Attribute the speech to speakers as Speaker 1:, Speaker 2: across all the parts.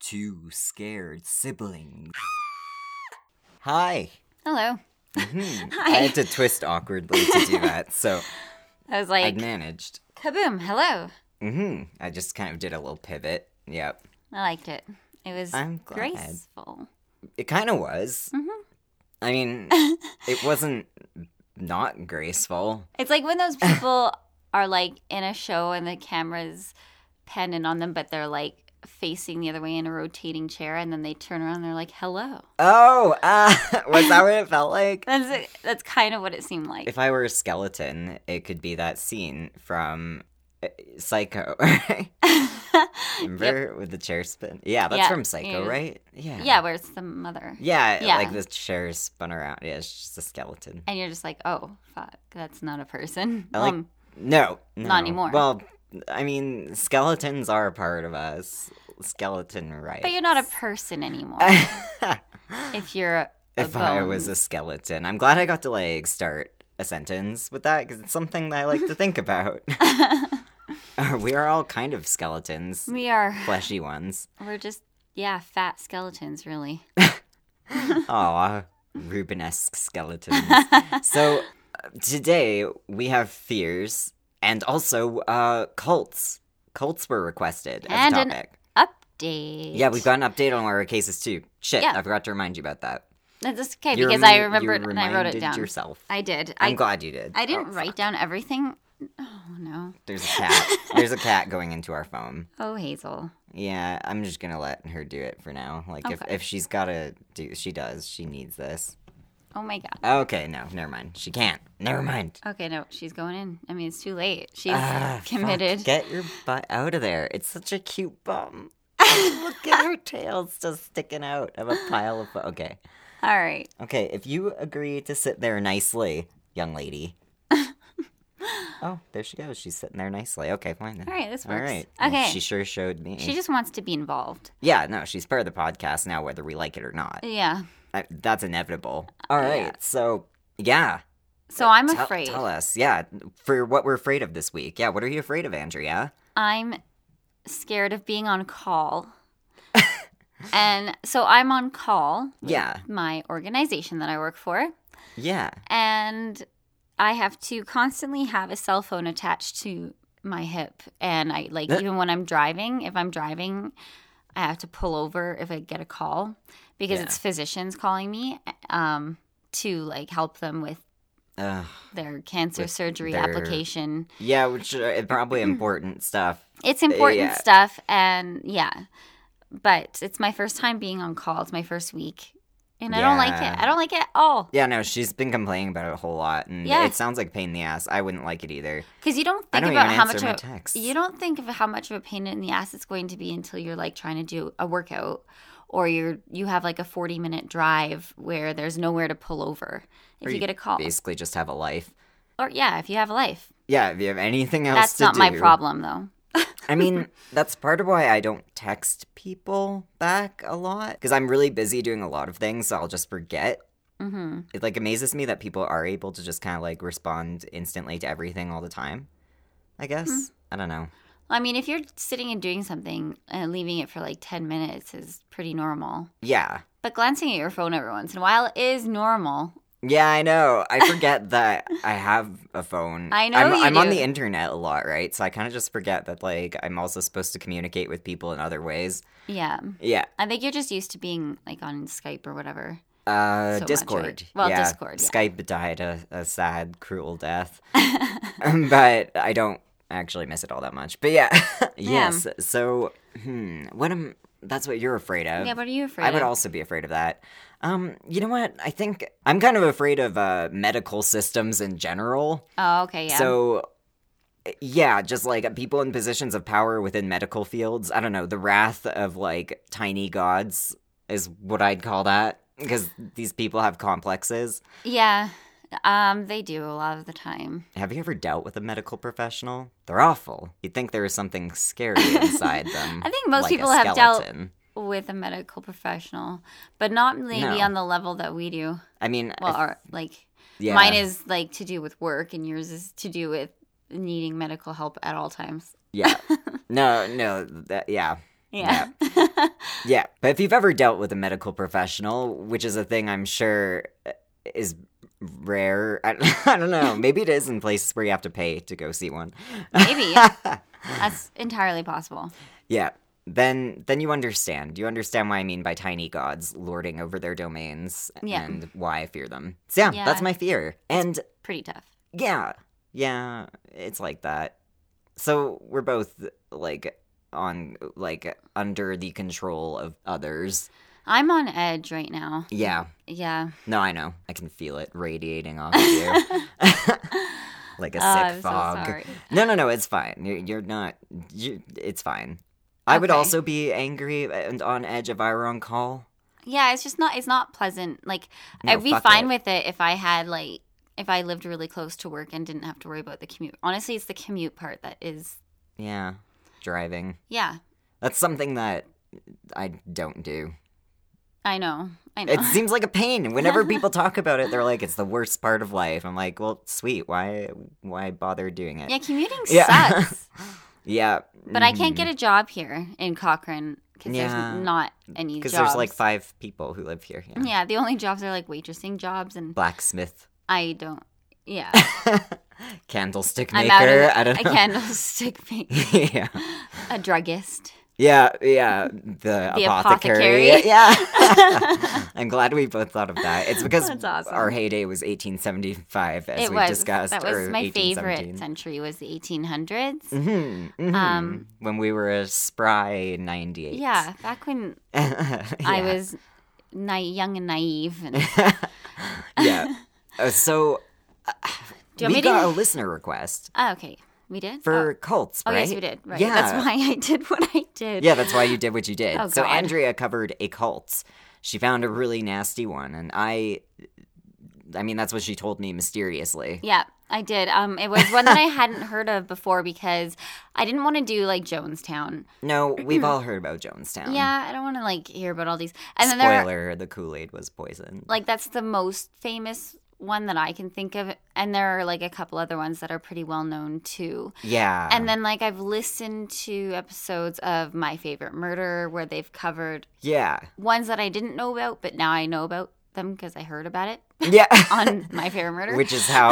Speaker 1: two scared siblings. Hi. Mm-hmm.
Speaker 2: Hello.
Speaker 1: I
Speaker 2: Hi.
Speaker 1: had to twist awkwardly to do that, so
Speaker 2: I was
Speaker 1: I
Speaker 2: like,
Speaker 1: managed.
Speaker 2: kaboom, hello.
Speaker 1: hmm I just kind of did a little pivot. Yep.
Speaker 2: I liked it. It was
Speaker 1: I'm glad.
Speaker 2: graceful.
Speaker 1: It kind of was.
Speaker 2: Mhm.
Speaker 1: I mean, it wasn't not graceful.
Speaker 2: It's like when those people are like in a show and the camera's pendant on them, but they're like facing the other way in a rotating chair, and then they turn around and they're like, hello.
Speaker 1: Oh, uh, was that what it felt like?
Speaker 2: That's, that's kind of what it seemed like.
Speaker 1: If I were a skeleton, it could be that scene from uh, Psycho. Remember with the chair spin? Yeah, that's
Speaker 2: Yeah,
Speaker 1: from Psycho,
Speaker 2: it was-
Speaker 1: right? Yeah.
Speaker 2: yeah, where's the mother?
Speaker 1: Yeah,
Speaker 2: Yeah.
Speaker 1: like the chair spun around. Yeah, it's just a skeleton.
Speaker 2: And you're just like, oh, fuck, that's not a person.
Speaker 1: I
Speaker 2: Um,
Speaker 1: like- No, no.
Speaker 2: Not anymore.
Speaker 1: Well, I mean, skeletons are a part of us. Skeleton right.
Speaker 2: but you're not a person anymore if you're a, a
Speaker 1: if I was
Speaker 2: bone.
Speaker 1: a skeleton, I'm glad I got to like start a sentence with that because it's something that I like to think about. we are all kind of skeletons,
Speaker 2: We are.
Speaker 1: fleshy ones.
Speaker 2: We're just, yeah, fat skeletons, really.
Speaker 1: Aw, Rubenesque skeletons. so uh, today we have fears and also uh, cults. Cults were requested as
Speaker 2: And
Speaker 1: a
Speaker 2: an-
Speaker 1: topic.
Speaker 2: Update.
Speaker 1: yeah, we've got an update on our cases too. Shit,
Speaker 2: Yeah.
Speaker 1: I forgot to remind you about that.
Speaker 2: That's just okay
Speaker 1: You
Speaker 2: because I
Speaker 1: remem- you
Speaker 2: remembered and I wrote it
Speaker 1: reminded
Speaker 2: down.
Speaker 1: yourself.
Speaker 2: I did.
Speaker 1: I'm
Speaker 2: I
Speaker 1: glad you did.
Speaker 2: I didn't
Speaker 1: Oh,
Speaker 2: write down everything. Oh no.
Speaker 1: There's a cat. There's a cat going into our phone.
Speaker 2: Oh Hazel.
Speaker 1: Yeah, I'm just gonna let her do it for now. Like if,
Speaker 2: Okay.
Speaker 1: if she's gotta do, she does. She needs this.
Speaker 2: Oh my god.
Speaker 1: Okay, no, never mind. She can't. Never mind.
Speaker 2: Okay, no, she's going in. I mean, it's too late. She's
Speaker 1: Ah, fuck,
Speaker 2: committed.
Speaker 1: Get your butt out of there. It's such a cute bum. Look at her tail still sticking out of a pile of. Okay,
Speaker 2: All right.
Speaker 1: okay. If you agree to sit there nicely, young lady. oh, there she goes. She's sitting there nicely. Okay, fine. Then.
Speaker 2: All right, this
Speaker 1: All
Speaker 2: works.
Speaker 1: right. Well,
Speaker 2: Okay.
Speaker 1: she sure showed me.
Speaker 2: She just wants to be involved.
Speaker 1: Yeah, no, she's part of the podcast now, whether we like it or not.
Speaker 2: Yeah.
Speaker 1: I- That's inevitable. All right,
Speaker 2: Yeah.
Speaker 1: so yeah,
Speaker 2: So I'm
Speaker 1: tell,
Speaker 2: afraid.
Speaker 1: tell us, yeah, for what we're afraid of this week. Yeah, what are you afraid of, Andrea?
Speaker 2: I'm scared of being on call. and so I'm on call,
Speaker 1: Yeah,
Speaker 2: my organization that I work for.
Speaker 1: yeah.
Speaker 2: and I have to constantly have a cell phone attached to my hip. And I like
Speaker 1: Uh.
Speaker 2: even when I'm driving, if I'm driving, I have to pull over if I get a call because
Speaker 1: Yeah.
Speaker 2: it's physicians calling me um, to like help them with
Speaker 1: Ugh.
Speaker 2: their cancer
Speaker 1: With
Speaker 2: surgery
Speaker 1: their-
Speaker 2: application.
Speaker 1: Yeah, which is probably important stuff.
Speaker 2: It's important
Speaker 1: yeah.
Speaker 2: stuff, and yeah, but it's my first time being on call. It's my first week, and I don't like
Speaker 1: Yeah.
Speaker 2: it. I don't like it at all
Speaker 1: Yeah, no, she's been complaining about it a whole lot, and
Speaker 2: Yeah.
Speaker 1: it sounds like pain in the ass. I wouldn't like it either.
Speaker 2: because you don't
Speaker 1: I
Speaker 2: think
Speaker 1: don't
Speaker 2: about
Speaker 1: even
Speaker 2: how much
Speaker 1: answer
Speaker 2: of,
Speaker 1: my texts.
Speaker 2: You don't think of how much of a pain in the ass it's going to be until you're like trying to do a workout or you're you have like a 40 minute drive where there's nowhere to pull over if
Speaker 1: Or
Speaker 2: you,
Speaker 1: you
Speaker 2: get a call.
Speaker 1: basically just have a life.
Speaker 2: Or yeah, if you have a life.
Speaker 1: Yeah, if you have anything else
Speaker 2: That's
Speaker 1: to
Speaker 2: not my
Speaker 1: do-
Speaker 2: problem though.
Speaker 1: I mean, that's part of why I don't text people back a lot because I'm really busy doing a lot of things, so I'll just forget.
Speaker 2: hmm
Speaker 1: It like amazes me that people are able to just kind of like respond instantly to everything all the time. I guess
Speaker 2: Hmm.
Speaker 1: I don't know.
Speaker 2: I mean, if you're sitting and doing something and leaving it for like 10 minutes is pretty normal.
Speaker 1: Yeah,
Speaker 2: But glancing at your phone every once in a while is normal.
Speaker 1: yeah, I know. I forget that I have a phone.
Speaker 2: I know
Speaker 1: I'm,
Speaker 2: you
Speaker 1: I'm on
Speaker 2: do.
Speaker 1: the internet a lot, right? So I kind of just forget that like I'm also supposed to communicate with people in other ways.
Speaker 2: Yeah.
Speaker 1: Yeah,
Speaker 2: I think you're just used to being like on Skype or whatever.
Speaker 1: Uh,
Speaker 2: so much,
Speaker 1: Discord.
Speaker 2: right? Well, Discord, yeah.
Speaker 1: Skype died a, a sad, cruel death. but I don't actually miss it all that much. But yeah, yes. So, hmm, what am? That's what you're afraid of.
Speaker 2: yeah, what are you afraid
Speaker 1: I would
Speaker 2: of?
Speaker 1: also be afraid of that. Um, you know what? I think I'm kind of afraid of uh, medical systems in general.
Speaker 2: oh, okay, yeah.
Speaker 1: So, yeah, just like people in positions of power within medical fields. I don't know. The wrath of like tiny gods is what I'd call that because these people have complexes.
Speaker 2: Yeah, um, they do a lot of the time.
Speaker 1: Have you ever dealt with a medical professional? They're awful. You'd think there was something scary inside them.
Speaker 2: I think most
Speaker 1: like a
Speaker 2: people have dealt-
Speaker 1: skeleton.
Speaker 2: With a medical professional, but not maybe
Speaker 1: No.
Speaker 2: on the level that we do.
Speaker 1: I mean,
Speaker 2: Well,
Speaker 1: I-
Speaker 2: or like
Speaker 1: yeah.
Speaker 2: mine is like to do with work, and yours is to do with needing medical help at all times.
Speaker 1: Yeah. No, no. That, yeah.
Speaker 2: Yeah.
Speaker 1: Yeah, but if you've ever dealt with a medical professional, which is a thing I'm sure uh, is rare, I, I don't know. Maybe it is in places where you have to pay to go see one.
Speaker 2: Maybe. That's entirely possible.
Speaker 1: yeah. Then, then you understand. You understand why I mean by tiny gods lording over their domains,
Speaker 2: Yeah.
Speaker 1: and why I fear them. So yeah,
Speaker 2: Yeah.
Speaker 1: that's my fear. And
Speaker 2: Pretty tough.
Speaker 1: yeah, yeah, it's like that. So we're both like on like under the control of others.
Speaker 2: I'm on edge right now.
Speaker 1: Yeah.
Speaker 2: Yeah.
Speaker 1: No, I know. I can feel it radiating off of you like a
Speaker 2: Oh,
Speaker 1: sick
Speaker 2: I'm so
Speaker 1: fog.
Speaker 2: sorry.
Speaker 1: No, no, no. It's fine. You're, you're not. You, it's fine. I would
Speaker 2: Okay.
Speaker 1: also be angry uh, and on edge if I were on call.
Speaker 2: Yeah, it's just not. It's not pleasant. Like
Speaker 1: No,
Speaker 2: I'd be
Speaker 1: fuck
Speaker 2: fine
Speaker 1: it.
Speaker 2: with it if I had like if I lived really close to work and didn't have to worry about the commute. Honestly, it's the commute part that is.
Speaker 1: Yeah, driving.
Speaker 2: Yeah,
Speaker 1: That's something that I don't do.
Speaker 2: I know. I know.
Speaker 1: It seems like a pain. Whenever people talk about it, they're like, "It's the worst part of life." I'm like, "Well, sweet. Why? Why bother doing it?"
Speaker 2: yeah, commuting
Speaker 1: Yeah.
Speaker 2: sucks.
Speaker 1: Yeah. mm-hmm.
Speaker 2: But I can't get a job here in Cochrane because
Speaker 1: Yeah.
Speaker 2: there's not any jobs.
Speaker 1: because there's like five people who live here. Yeah.
Speaker 2: Yeah, the only jobs are like waitressing jobs, and
Speaker 1: Blacksmith.
Speaker 2: I don't. Yeah,
Speaker 1: candlestick
Speaker 2: I'm
Speaker 1: maker.
Speaker 2: out of
Speaker 1: I don't
Speaker 2: a
Speaker 1: know.
Speaker 2: candlestick maker,
Speaker 1: yeah,
Speaker 2: a druggist.
Speaker 1: yeah, yeah. The,
Speaker 2: The
Speaker 1: apothecary.
Speaker 2: apothecary.
Speaker 1: Yeah. I'm glad we both thought of that. It's because
Speaker 2: That's awesome.
Speaker 1: our heyday was 1875, as
Speaker 2: it
Speaker 1: we
Speaker 2: was
Speaker 1: discussed.
Speaker 2: that was
Speaker 1: or
Speaker 2: my favorite century was the 1800s.
Speaker 1: hmm
Speaker 2: Um,
Speaker 1: when we were a spry 98.
Speaker 2: Yeah, back when I
Speaker 1: Yeah.
Speaker 2: was na- young and naive. And
Speaker 1: yeah. Uh, so
Speaker 2: Do you want
Speaker 1: we
Speaker 2: me
Speaker 1: got
Speaker 2: to-
Speaker 1: a listener request
Speaker 2: oh, okay, we did.
Speaker 1: for
Speaker 2: oh,
Speaker 1: cults,
Speaker 2: oh
Speaker 1: right?
Speaker 2: yes, we did. Right.
Speaker 1: Yeah.
Speaker 2: That's why I did what I did.
Speaker 1: Yeah, that's why you did what you did.
Speaker 2: Oh,
Speaker 1: so
Speaker 2: God.
Speaker 1: Andrea covered a cult. She found a really nasty one, and I, I mean, that's what she told me mysteriously.
Speaker 2: Yeah, I did. Um, it was one that I hadn't heard of before because I didn't want to do like Jonestown.
Speaker 1: No, we've all heard about Jonestown.
Speaker 2: Yeah, I don't want to like hear about all these. And then there, are,
Speaker 1: Oh. Spoiler: the Kool Aid was poisoned.
Speaker 2: like, that's the most famous one that I can think of, and there are like a couple other ones that are pretty well known too.
Speaker 1: yeah,
Speaker 2: And then like I've listened to episodes of My Favorite Murder where they've covered
Speaker 1: yeah,
Speaker 2: ones that I didn't know about, but now I know about them because I heard about it
Speaker 1: yeah,
Speaker 2: on My Favorite Murder.
Speaker 1: which is how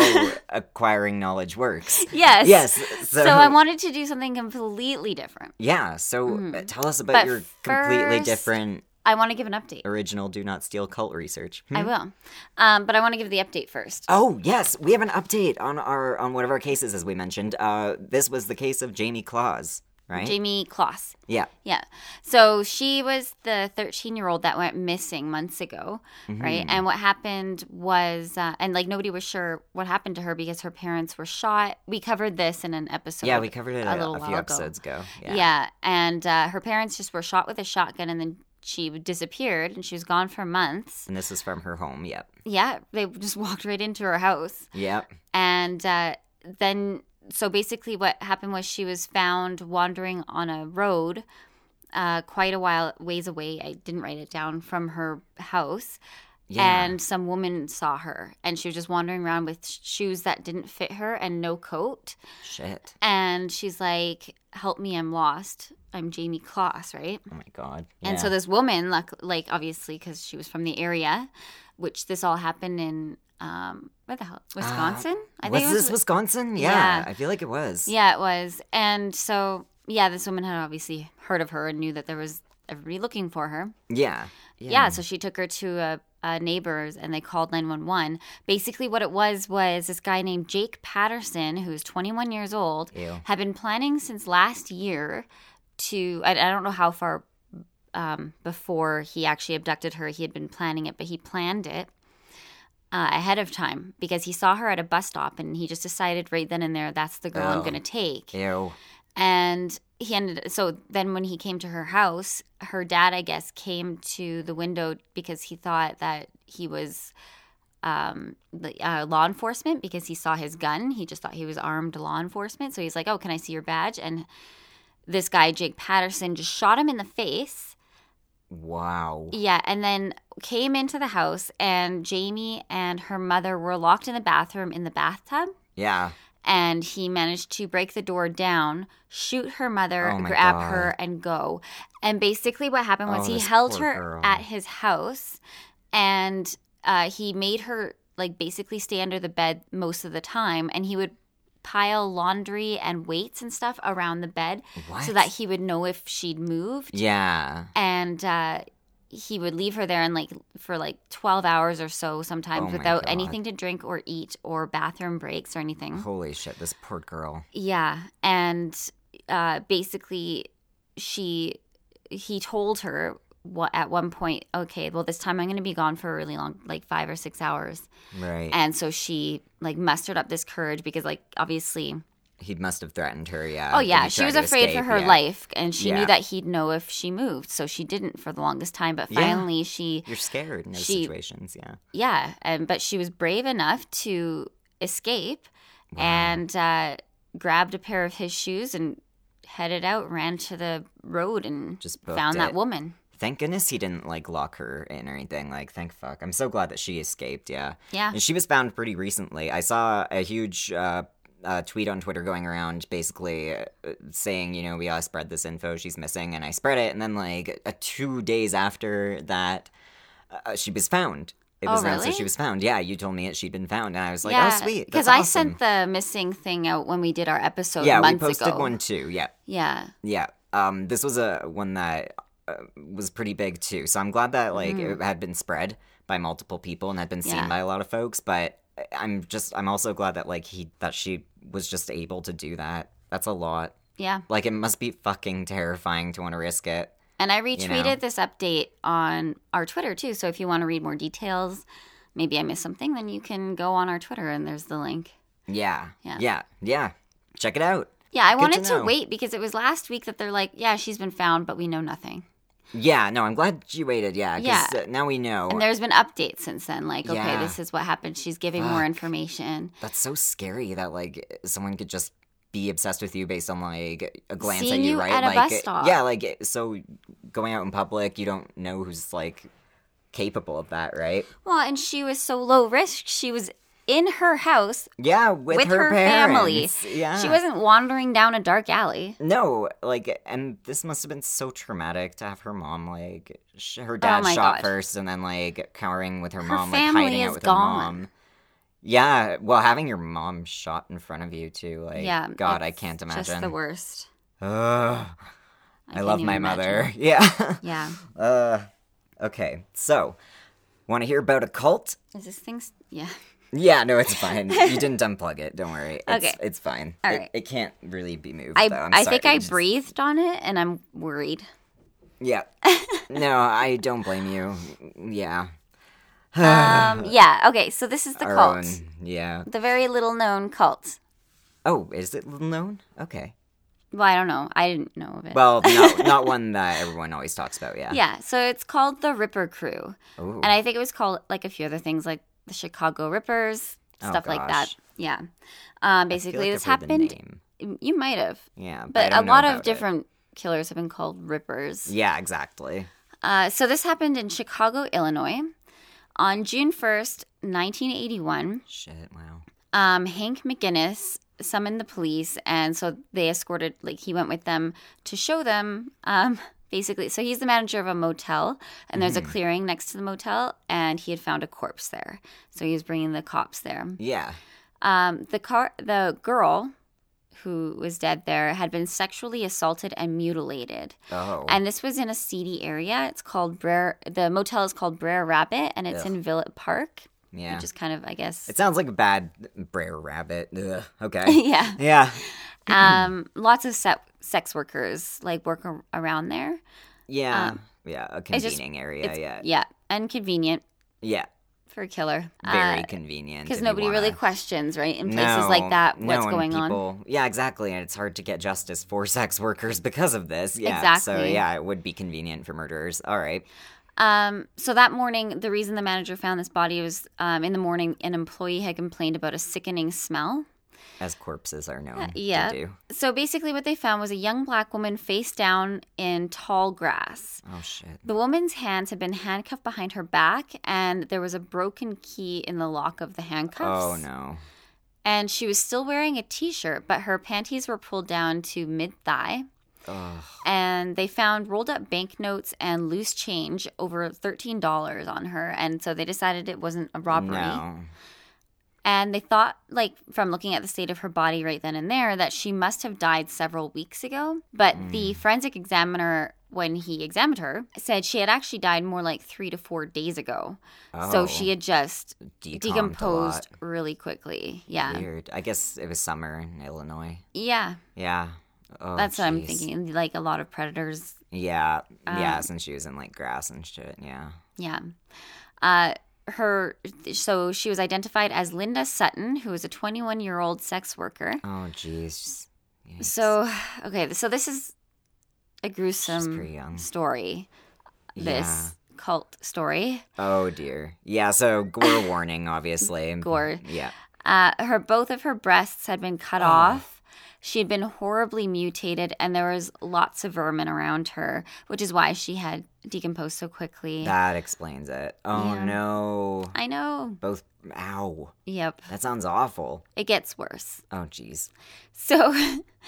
Speaker 1: acquiring knowledge works.
Speaker 2: yes,
Speaker 1: Yes.
Speaker 2: So, I wanted to do something completely different.
Speaker 1: Yeah, so uh,
Speaker 2: Mhm.
Speaker 1: tell us about
Speaker 2: But
Speaker 1: your completely
Speaker 2: first-
Speaker 1: different
Speaker 2: I want to give an update.
Speaker 1: original "Do Not Steal" cult research. Hmm?
Speaker 2: I will, um, but I want to give the update first.
Speaker 1: Oh yes, we have an update on our on one of our cases, as we mentioned. Uh, this was the case of Jamie Claus, right?
Speaker 2: Jamie Kloss.
Speaker 1: yeah,
Speaker 2: Yeah. So she was the 13 year old that went missing months ago, right?
Speaker 1: Mm-hmm.
Speaker 2: And what happened was, uh, and like nobody was sure what happened to her because her parents were shot. We covered this in an episode.
Speaker 1: yeah. We covered it a,
Speaker 2: a little
Speaker 1: a
Speaker 2: while
Speaker 1: few
Speaker 2: ago.
Speaker 1: episodes ago.
Speaker 2: Yeah.
Speaker 1: Yeah.
Speaker 2: And uh, her parents just were shot with a shotgun and then she disappeared and she was gone for months.
Speaker 1: and this is from her home. Yep,
Speaker 2: Yeah. They just walked right into her house.
Speaker 1: yep.
Speaker 2: and uh, then so basically what happened was she was found wandering on a road uh, quite a while ways away i didn't write it down from her house
Speaker 1: Yeah.
Speaker 2: and some woman saw her and she was just wandering around with sh- shoes that didn't fit her and no coat
Speaker 1: Shit.
Speaker 2: and she's like help me i'm lost i'm jamie kloss right
Speaker 1: Oh my god.
Speaker 2: and so this woman, luck, like obviously, because she was from the area, which this all happened in, um, where the hell, Wisconsin?
Speaker 1: I Uh, was this Wisconsin? Yeah,
Speaker 2: Yeah.
Speaker 1: I feel like it was.
Speaker 2: Yeah, it was. And so, yeah, this woman had obviously heard of her and knew that there was everybody looking for her.
Speaker 1: yeah,
Speaker 2: Yeah, so she took her to a, a neighbor's and they called 911. Basically, what it was was this guy named Jake Patterson, who's 21 years old,
Speaker 1: Ew.
Speaker 2: had been planning since last year to, I, I don't know how far um, before he actually abducted her, he had been planning it, but he planned it uh, ahead of time because he saw her at a bus stop and he just decided right then and there, that's the girl I'm
Speaker 1: Oh.
Speaker 2: going to take.
Speaker 1: Ew.
Speaker 2: And he ended so then when he came to her house, her dad, I guess, came to the window because he thought that he was um, the, uh, law enforcement because he saw his gun. He just thought he was armed law enforcement. So he's like, "Oh, can I see your badge?" And this guy, Jake Patterson, just shot him in the face.
Speaker 1: Wow.
Speaker 2: Yeah, and then came into the house, and Jamie and her mother were locked in the bathroom in the bathtub.
Speaker 1: Yeah.
Speaker 2: and he managed to break the door down, shoot her mother,
Speaker 1: Oh my
Speaker 2: grab
Speaker 1: God.
Speaker 2: her, and go. And basically, what happened was
Speaker 1: Oh,
Speaker 2: he
Speaker 1: this
Speaker 2: held
Speaker 1: poor
Speaker 2: her
Speaker 1: girl.
Speaker 2: at his house, and uh, he made her like basically stay under the bed most of the time, and he would pile laundry and weights and stuff around the bed
Speaker 1: What?
Speaker 2: so that he would know if she'd moved
Speaker 1: yeah.
Speaker 2: and uh, he would leave her there and like for like 12 hours or so
Speaker 1: Oh
Speaker 2: sometimes
Speaker 1: my
Speaker 2: without
Speaker 1: God.
Speaker 2: anything to drink or eat or bathroom breaks or anything
Speaker 1: Holy shit, this poor girl.
Speaker 2: yeah and uh, basically she he told her what, at one point okay well this time i'm going to be gone for a really long like five or six hours
Speaker 1: Right.
Speaker 2: and so she like mustered up this courage because like obviously
Speaker 1: he must have threatened her, yeah.
Speaker 2: Oh
Speaker 1: if
Speaker 2: yeah,
Speaker 1: he
Speaker 2: she
Speaker 1: tried
Speaker 2: was
Speaker 1: to
Speaker 2: afraid for
Speaker 1: escape,
Speaker 2: her
Speaker 1: yeah.
Speaker 2: life, and she
Speaker 1: Yeah.
Speaker 2: knew that he'd know if she moved, so she didn't for the longest time. But
Speaker 1: Yeah.
Speaker 2: finally, she
Speaker 1: You're scared in those
Speaker 2: She-
Speaker 1: situations, yeah.
Speaker 2: yeah, and but she was brave enough to escape
Speaker 1: Wow.
Speaker 2: and uh, grabbed a pair of his shoes and headed out, ran to the road, and
Speaker 1: just booked
Speaker 2: found that
Speaker 1: it.
Speaker 2: woman.
Speaker 1: Thank goodness he didn't like lock her in or anything. Like, thank fuck. I'm so glad that she escaped. Yeah,
Speaker 2: Yeah,
Speaker 1: and she was found pretty recently. I saw a huge uh, uh, tweet on Twitter going around, basically uh, saying, you know, we all spread this info. She's missing, and I spread it. And then, like, uh, two days after that, uh, she was found. It
Speaker 2: Oh,
Speaker 1: was announced that
Speaker 2: really?
Speaker 1: she was found. Yeah, you told me that she'd been found, and I was like,
Speaker 2: yeah,
Speaker 1: oh sweet,
Speaker 2: because
Speaker 1: because
Speaker 2: I sent the missing thing out when we did our episode
Speaker 1: yeah, we
Speaker 2: months
Speaker 1: posted
Speaker 2: ago.
Speaker 1: one too. Yeah,
Speaker 2: Yeah,
Speaker 1: yeah. Um, this was a one that uh, was pretty big too. So I'm glad that like it had been spread by multiple people and had been seen
Speaker 2: Mm. Yeah.
Speaker 1: by a lot of folks. But I- I'm just I'm also glad that like he that she was just able to do that. That's a lot.
Speaker 2: yeah.
Speaker 1: Like it must be fucking terrifying to want to risk it.
Speaker 2: And I
Speaker 1: know?
Speaker 2: retweeted this update on our Twitter too. So if you want to read more details, maybe I missed something, then you can go on our Twitter and there's the link.
Speaker 1: Yeah.
Speaker 2: Yeah.
Speaker 1: Yeah. Yeah. Check it out.
Speaker 2: Yeah, I
Speaker 1: to
Speaker 2: wanted to,
Speaker 1: know.
Speaker 2: wait because it was last week that they're like, yeah, she's been found, but we know nothing.
Speaker 1: Yeah. No, I'm glad you waited. Yeah. 'cause, uh, now we know.
Speaker 2: And there's been updates since then. Like, okay,
Speaker 1: Yeah.
Speaker 2: this is what happened. She's giving more information.
Speaker 1: That's so scary that like someone could just be obsessed with you based on like a glance at
Speaker 2: Seeing
Speaker 1: you,
Speaker 2: you
Speaker 1: right?
Speaker 2: at a
Speaker 1: like
Speaker 2: bus stop.
Speaker 1: yeah, like so going out in public, you don't know who's like capable of that, right?
Speaker 2: Well, and she was so low risk. She was in her house.
Speaker 1: Yeah, with,
Speaker 2: With her family.
Speaker 1: parents. Yeah.
Speaker 2: She wasn't wandering down a dark alley.
Speaker 1: no, like, and this must have been so traumatic to have her mom, like, sh- her dad
Speaker 2: Oh my
Speaker 1: shot
Speaker 2: God.
Speaker 1: first and then, like, cowering with her,
Speaker 2: Her
Speaker 1: mom,
Speaker 2: family
Speaker 1: like, hiding
Speaker 2: is
Speaker 1: out with
Speaker 2: gone.
Speaker 1: her mom. Yeah, well, having your mom shot in front of you, too, like,
Speaker 2: yeah.
Speaker 1: God, I
Speaker 2: it's
Speaker 1: can't
Speaker 2: Just
Speaker 1: imagine.
Speaker 2: the worst.
Speaker 1: Ugh. I,
Speaker 2: can't
Speaker 1: love
Speaker 2: even
Speaker 1: my
Speaker 2: imagine.
Speaker 1: mother. Yeah.
Speaker 2: Yeah.
Speaker 1: uh, okay. So, want to hear about a cult?
Speaker 2: Is this thing? s- Yeah.
Speaker 1: Yeah, no, it's fine. you didn't unplug it. Don't worry. It's,
Speaker 2: Okay.
Speaker 1: It's fine.
Speaker 2: All
Speaker 1: it,
Speaker 2: right.
Speaker 1: it can't really be moved. though.
Speaker 2: I,
Speaker 1: I'm
Speaker 2: I think
Speaker 1: sorry.
Speaker 2: I
Speaker 1: Just-
Speaker 2: breathed on it and I'm worried.
Speaker 1: Yeah. no, I don't blame you. Yeah.
Speaker 2: Um, yeah, okay, so this is the
Speaker 1: Our
Speaker 2: cult.
Speaker 1: own- Yeah.
Speaker 2: The very little known cult.
Speaker 1: Oh, is it little known? Okay.
Speaker 2: Well, I don't know. I didn't know of it.
Speaker 1: Well, not, not one that everyone always talks about. Yeah.
Speaker 2: yeah, so it's called the Ripper Crew.
Speaker 1: Ooh.
Speaker 2: And I think it was called like a few other things like the Chicago Rippers,
Speaker 1: Oh,
Speaker 2: stuff like that.
Speaker 1: gosh.
Speaker 2: Yeah. Um,
Speaker 1: I feel
Speaker 2: basically,
Speaker 1: like
Speaker 2: this
Speaker 1: I've heard the
Speaker 2: happened.
Speaker 1: name.
Speaker 2: You might have.
Speaker 1: Yeah, but, I
Speaker 2: But a
Speaker 1: don't know
Speaker 2: lot of
Speaker 1: about it.
Speaker 2: different killers have been called Rippers.
Speaker 1: Yeah, exactly.
Speaker 2: Uh, so this happened in Chicago, Illinois on June 1st, 1981.
Speaker 1: Shit. Wow.
Speaker 2: um, Hank McGinnis summoned the police, and so they escorted, like, he went with them to show them. Um, basically, so he's the manager of a motel, and there's
Speaker 1: Mm-hmm.
Speaker 2: a clearing next to the motel, and he had found a corpse there. So he was bringing the cops there.
Speaker 1: Yeah.
Speaker 2: Um, the car, the girl who was dead there had been sexually assaulted and mutilated.
Speaker 1: Oh.
Speaker 2: And this was in a seedy area. It's called Brer, the motel is called Brer Rabbit, and it's
Speaker 1: Ugh.
Speaker 2: in Villette Park,
Speaker 1: yeah.
Speaker 2: which is kind of, I guess.
Speaker 1: It sounds like a bad Brer Rabbit. Ugh, okay.
Speaker 2: yeah.
Speaker 1: yeah.
Speaker 2: um, lots of se- sex workers like work ar- around there.
Speaker 1: Yeah.
Speaker 2: Um,
Speaker 1: yeah. A
Speaker 2: it's just-
Speaker 1: convening area.
Speaker 2: it's- e-
Speaker 1: Yeah.
Speaker 2: Yeah, inconvenient
Speaker 1: Yeah.
Speaker 2: for a killer.
Speaker 1: Very convenient.
Speaker 2: uh, because
Speaker 1: if you
Speaker 2: nobody really
Speaker 1: wanna-
Speaker 2: questions, right? In
Speaker 1: No,
Speaker 2: places like that, what's
Speaker 1: no, and
Speaker 2: going on?
Speaker 1: people, Yeah, exactly. And it's hard to get justice for sex workers because of this. Yeah. So,
Speaker 2: Exactly.
Speaker 1: yeah, it would be convenient for murderers. All right.
Speaker 2: Um, so that morning, the reason the manager found this body was um, in the morning, an employee had complained about a sickening smell.
Speaker 1: As corpses are known
Speaker 2: yeah.
Speaker 1: to do.
Speaker 2: So basically, what they found was a young black woman face down in tall grass.
Speaker 1: Oh, shit.
Speaker 2: The woman's hands had been handcuffed behind her back, and there was a broken key in the lock of the handcuffs.
Speaker 1: Oh, no.
Speaker 2: and she was still wearing a t-shirt, but her panties were pulled down to mid-thigh.
Speaker 1: Ugh.
Speaker 2: and they found rolled up banknotes and loose change over $13 on her and so they decided it wasn't a robbery
Speaker 1: No.
Speaker 2: and they thought like from looking at the state of her body right then and there that she must have died several weeks ago but
Speaker 1: Mm.
Speaker 2: the forensic examiner when he examined her said she had actually died more like 3 to 4 days ago so
Speaker 1: Oh,
Speaker 2: she had just
Speaker 1: decommed a
Speaker 2: decomposed
Speaker 1: lot.
Speaker 2: really quickly yeah
Speaker 1: Weird. I guess it was summer in Illinois.
Speaker 2: yeah
Speaker 1: Yeah. Oh,
Speaker 2: that's what i'm
Speaker 1: jeez.
Speaker 2: thinking like a lot of predators
Speaker 1: Yeah. yeah,
Speaker 2: Um,
Speaker 1: since she was in like grass and shit. Yeah.
Speaker 2: Yeah. Uh, her so she was identified as Linda Sutton, who is a 21 year old sex worker.
Speaker 1: Oh, jeez. Yikes.
Speaker 2: So okay, so this is a
Speaker 1: she's
Speaker 2: gruesome
Speaker 1: pretty young.
Speaker 2: story.
Speaker 1: Yeah.
Speaker 2: This cult story.
Speaker 1: Oh dear. Yeah. So gore warning, obviously.
Speaker 2: Gore.
Speaker 1: Yeah.
Speaker 2: Uh, her both of her breasts had been
Speaker 1: Oh.
Speaker 2: cut off. She had been horribly mutated, and there was lots of vermin around her, which is why she had decomposed so quickly.
Speaker 1: That explains it. Oh
Speaker 2: Yeah.
Speaker 1: no.
Speaker 2: I know.
Speaker 1: Both. Ow.
Speaker 2: Yep,
Speaker 1: That sounds awful.
Speaker 2: it gets worse.
Speaker 1: Oh jeez.
Speaker 2: So,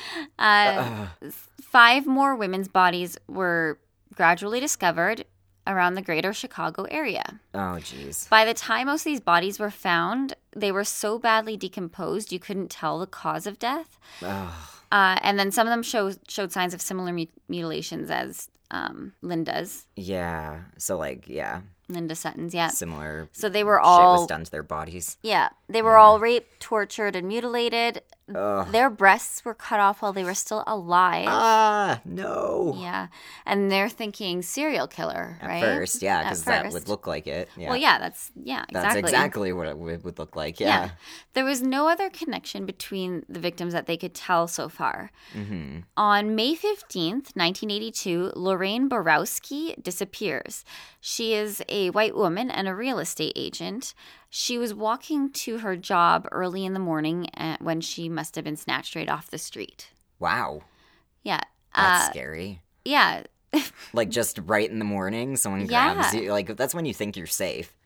Speaker 2: uh,
Speaker 1: Ugh.
Speaker 2: Five more women's bodies were gradually discovered around the greater Chicago area.
Speaker 1: Oh jeez.
Speaker 2: By the time most of these bodies were found, they were so badly decomposed you couldn't tell the cause of death.
Speaker 1: Ugh.
Speaker 2: Uh, and then some of them show, showed signs of similar mut- mutilations as um, Linda's,
Speaker 1: Yeah. So like yeah,
Speaker 2: Linda Sutton's, yeah.
Speaker 1: similar.
Speaker 2: So they were
Speaker 1: shit
Speaker 2: all,
Speaker 1: was done to their bodies.
Speaker 2: yeah, they were all raped, tortured, and mutilated.
Speaker 1: Ugh.
Speaker 2: Their breasts were cut off while they were still alive.
Speaker 1: Ah no.
Speaker 2: yeah. And they're thinking serial killer,
Speaker 1: At
Speaker 2: right?
Speaker 1: first, yeah,
Speaker 2: At
Speaker 1: because that would
Speaker 2: first.
Speaker 1: look like it. Yeah.
Speaker 2: Well, yeah, that's yeah,
Speaker 1: That's
Speaker 2: exactly.
Speaker 1: exactly what it would would look like. Yeah.
Speaker 2: Yeah. There was no other connection between the victims that they could tell so far.
Speaker 1: Mm-hmm.
Speaker 2: On May 15th, 1982, Lorraine Borowski disappears. She is a white woman and a real estate agent. She was walking to her job early in the morning uh, when she must have been snatched right off the street.
Speaker 1: Wow.
Speaker 2: Yeah.
Speaker 1: That's
Speaker 2: Uh,
Speaker 1: scary.
Speaker 2: yeah.
Speaker 1: Like just right in the morning, someone grabs
Speaker 2: Yeah.
Speaker 1: you. Like that's when you think you're safe,